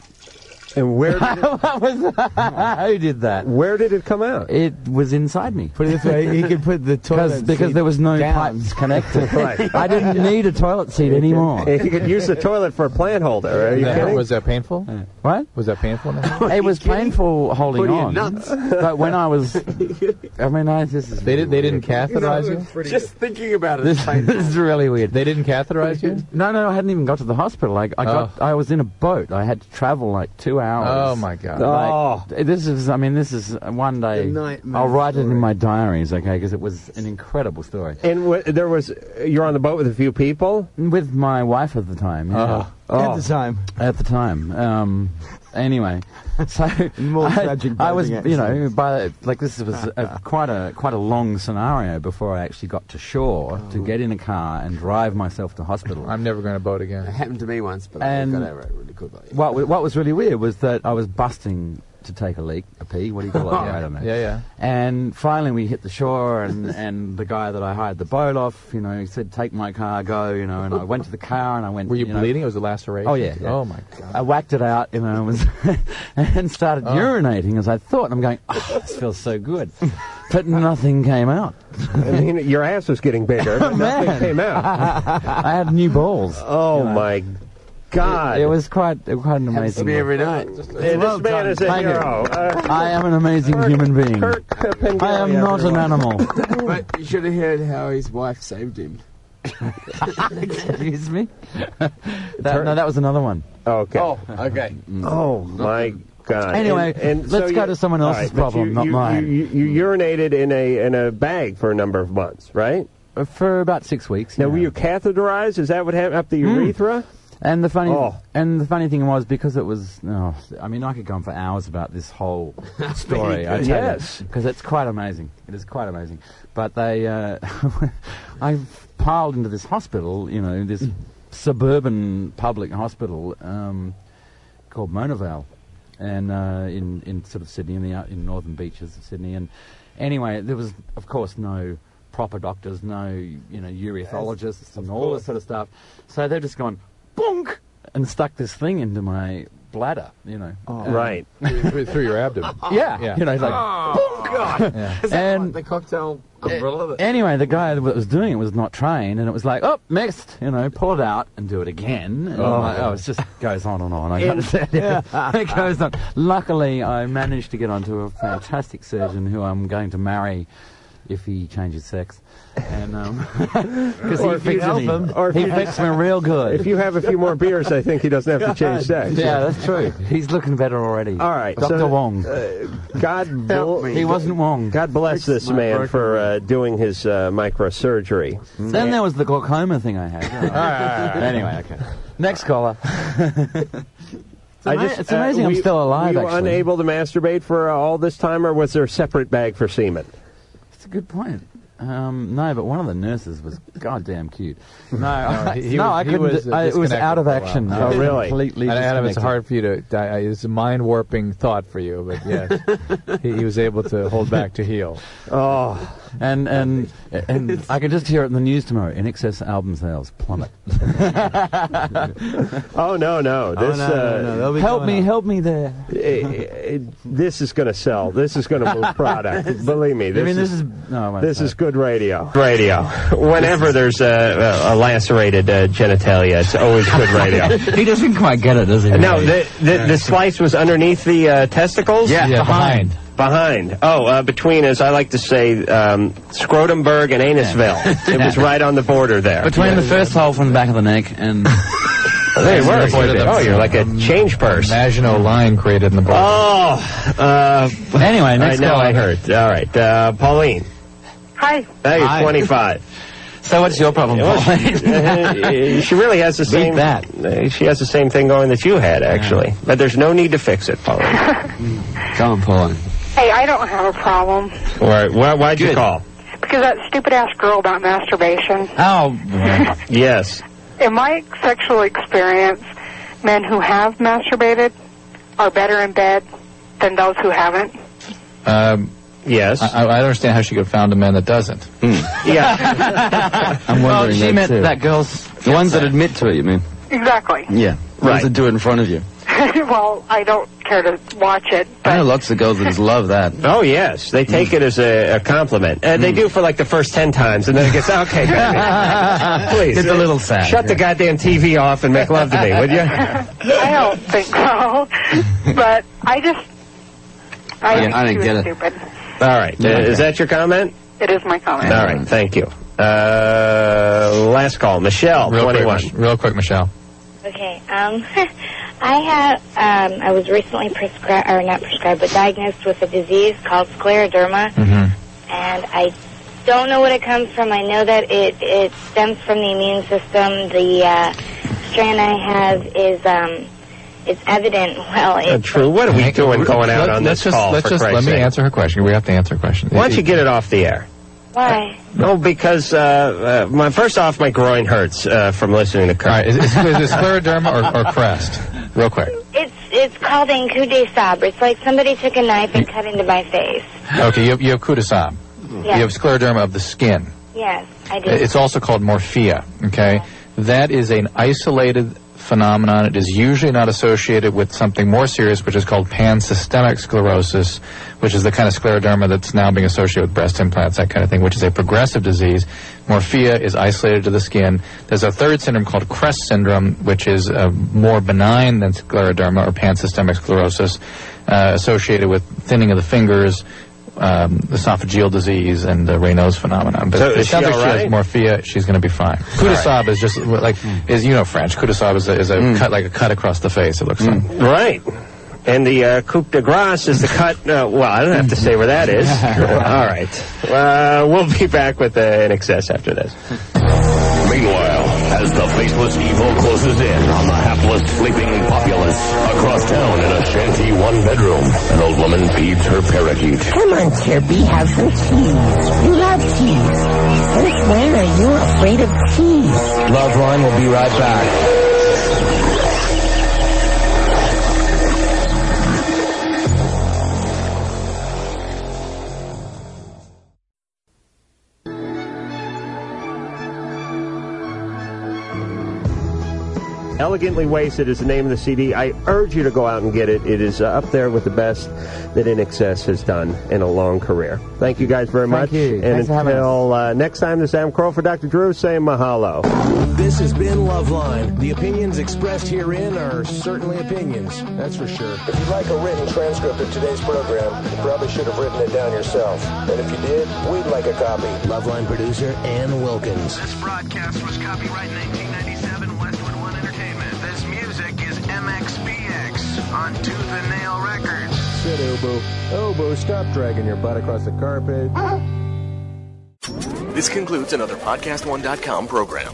And where? Did
Who did that?
Where did it come out?
It was inside me.
Put it this way, he could put the toilet
because because
seat
there was no
down.
pipes connected.
Right.
I didn't need a toilet seat anymore.
you could use the toilet for a plant holder. Are you
that-
kidding?
was that painful?
What
was that painful?
it was painful holding
What are you,
on.
nuts?
But when I was, I mean, I, this is
They did- they didn't
weird.
catheterize you?
Just thinking about it.
This, this is really weird.
They didn't catheterize you?
No, no, I hadn't even got to the hospital. Like I got, I was in a boat. I had to travel like two hours.
Oh, my God.
Like, This is, I mean, this is one day. I'll write it in my diaries, okay? Because it was an incredible story.
And wh- there was you're on the boat with a few people.
With my wife at the time. yeah. Oh.
Uh-huh.
Oh.
At the
time. At the time. Um, anyway, so
More
I,
tragic
I was,
boating
you know, by like this was a, quite a quite a long scenario before I actually got to shore to get in a car and drive myself to hospital.
I'm never going to boat again.
It happened to me once, but
And-
I got over it really quickly.
Um, What w- what was really weird was that I was busting to take a leak, a pee. What do you call it? I don't know.
Yeah, yeah.
And finally, we hit the shore, and, and the guy that I hired the boat off, you know, he said, "Take my car, go," you know. And I went to the car, and I went.
Were you
know-
bleeding? It was a laceration?
Oh yeah, yeah.
Oh, my God.
I whacked it out, you know, and, was and started
Oh.
urinating as I thought. And I'm going, oh, this feels so good, but nothing came out.
I mean, your ass was getting bigger. But nothing came out.
Oh, I had new balls.
Oh my God!
It, it was quite uh, quite an
Happens to
amazing.
me every night.
Hey,
Well
this man
done.
is a
Thank you.
hero. Uh,
I am an amazing human being.
Kirk Pengelly,
I am not an
everyone.
animal.
but you should have heard how his wife saved him.
Excuse me. That, no, that was another one.
Okay.
Oh, okay.
Oh my God!
Anyway, let's go
you-
to someone
all
else's
but
problem,
you,
not
you,
mine.
You, you, you urinated in a in a bag for a number of months, right?
Uh, For about six weeks.
Now,
yeah. Hmm.
were you catheterized? Is that what happened up the urethra?
And the funny
Oh.
and the funny thing was because it was oh, I mean I could go on for hours about this whole story. I tell
Yes.
because it's quite amazing. It is quite amazing. But they uh, I piled into this hospital, you know, this suburban public hospital um, called Monavale, and uh, in in sort of Sydney, in the out in northern beaches of Sydney. And anyway, there was of course no proper doctors, no you know urethologists, and all this sort of stuff. So they're just going bonk and stuck this thing into my bladder, you know.
Oh. Right. Through- through your abdomen.
Yeah.
Yeah.
You know, it's like,
Oh, God.
Yeah.
Is that
And-
like the cocktail umbrella? that-
Anyway, the guy that was doing it was not trained, and it was like, oh, next, you know, pull it out and do it again. And
Oh.
I'm like, oh, it just goes on and on. I
In-
understand.
Yeah.
it goes on. Luckily, I managed to get onto a fantastic surgeon who I'm going to marry if he changes sex. And, um, because
Or
he
if you
fixed
help
me.
him, or if
he
you-
fixed me real good.
If you have a few more beers, I think he doesn't have to change sex.
Yeah, that's true. He's looking better already.
All right,
Dr.
so, uh,
Wong.
God bl-
He wasn't Wong.
God bless this
my
man
broken
for uh, doing his uh, microsurgery. Ah.
Then there was the glaucoma thing I had. anyway, okay. Next caller.
I
ama- it's amazing I'm
were you-
still alive,
Were uh, you
actually.
unable to masturbate for uh, all this time, or was there a separate bag for semen?
It's a good point. Um, no, but one of the nurses was goddamn cute. No,
No,
I-
he- he
no,
was-
I
he
couldn't.
was,
do-
uh,
I- it was
disconnected
out of
for a while.
action.
Yeah.
I was Completely.
And Adam, it's
disconnected.
hard for you to. di- I- It's a mind warping thought for you, but yes, he, he was able to hold back to heal.
Oh, and and and I can just hear it in the news tomorrow. In excess album sales plummet.
Oh no, no! This uh,
no, no, no, they'll be Help coming me, up. help me there.
this is going to sell. This is going to move product. Believe me.
You
This
mean this
is,
is- no, I won't
this
say
is good radio. Radio. Whenever there's a, a lacerated uh, genitalia, it's always good radio.
he doesn't quite get it, does he?
No, the, the, the slice was underneath the uh, testicles?
Yeah, Yeah, behind.
Behind. Oh, uh, between, as I like to say, um, Scrotumberg and Anusville. It was
Yeah.
right on the border there.
Between the first hole from the back of the neck and.
There you were. Oh, you're like a
Mm.
change purse.
Imaginal line created in the book.
Oh. Uh,
anyway, next
I know
caller.
I heard. All right. Uh, Pauline.
Hi.
Now you're
Hi.
25.
So what's your problem,
Pauline? she really has the same.
that.
uh, she has the same thing going that you had, actually. But there's no need to fix it, Pauline.
Come on, Pauline.
Hey, I don't have a problem
All right. Why, why'd you call?
because that stupid ass girl about masturbation.
Oh.
yes.
In my sexual experience, men who have masturbated are better in bed than those who haven't.
Um,
yes.
I, I understand how she could found a man that doesn't.
Yeah.
I'm
Well, she meant that
girl's
The ones that admit to it, you mean?
exactly.
Yeah. The ones
Right.
that do it in front of you.
well, I don't care to watch it.
I know lots of girls that just love that. Mm.
Oh yes, they take it as a, a compliment, and they do for like the first ten times, and then it gets okay. Please,
It's a little sad.
Shut the goddamn TV off and make love to me, would you?
I don't think so. but I just I,
Yeah,
think
I didn't
she was
get it.
stupid.
All right, uh, is that your comment?
It is my comment.
All right, thank you. Uh, last call, Michelle,
Real quick,
twenty-one.
Mich- real quick, Michelle.
Okay. Um, I have. Um, I was recently prescribed, or not prescribed, but diagnosed with a disease called scleroderma, and I don't know what it comes from. I know that it it stems from the immune system. The uh, strain I have is um, it's evident. Well,
Uh,
it's
true. What are we doing going out on
let's
this
just,
call?
Let's
for
just let
Christ's
me
sake?
answer her question. We have to answer her question.
Why don't you get it off the air?
why.
No, because uh, uh, my first off, my groin hurts uh, from listening to Kurt.
Is, is, is it scleroderma or, or crest? Real quick.
It's it's called un coup de sabre. It's like somebody took a knife and cut into my face.
Okay, you have, you have coup de sabre.
Yes.
You have scleroderma of the skin.
Yes, I do.
It's also called morphia. Okay, that is an isolated phenomenon. It is usually not associated with something more serious, which is called pansystemic sclerosis, which is the kind of scleroderma that's now being associated with breast implants, that kind of thing, which is a progressive disease. Morphia is isolated to the skin. There's a third syndrome called Crest syndrome, which is uh, more benign than scleroderma or pansystemic sclerosis, uh, associated with thinning of the fingers. Um, esophageal disease and the Raynaud's phenomenon, but
So
it
is
sounds
she
like
all
she has
right?
morphia. She's going to be fine. Coup de
right.
sabre is just like is you know French. Coup de sabre is a, is a
Mm.
cut like a cut across the face. It looks like.
Right. And the uh, coupe de grace is the cut. Uh, well, I don't have to say where that is. All right. Uh, we'll be back with uh, In Excess after this.
Meanwhile, as the faceless evil closes in on the hapless sleeping populace, across town in a shanty one bedroom, an old woman feeds her parakeet.
Come on, Kirby, have some cheese. You love cheese. Since when are you afraid of cheese? Love Line will be right back.
Elegantly Wasted is the name of the CD. I urge you to go out and get it. It is uh, up there with the best that In Excess has done in a long career. Thank you guys very much.
you.
And
Thanks for having
until uh, next time, this is Adam Crow for Dr. Drew saying mahalo.
This has been Loveline. The opinions expressed herein are certainly opinions, that's for sure.
If you'd like a written transcript of today's program, you probably should have written it down yourself. And if you did, we'd like a copy.
Loveline producer Ann Wilkins.
This broadcast was copyright 1997 Westwood One Entertainment. This music is MXPX on Tooth and Nail Records.
Sit, Obo. Obo, stop dragging your butt across the carpet.
This concludes another PodcastOne.com program.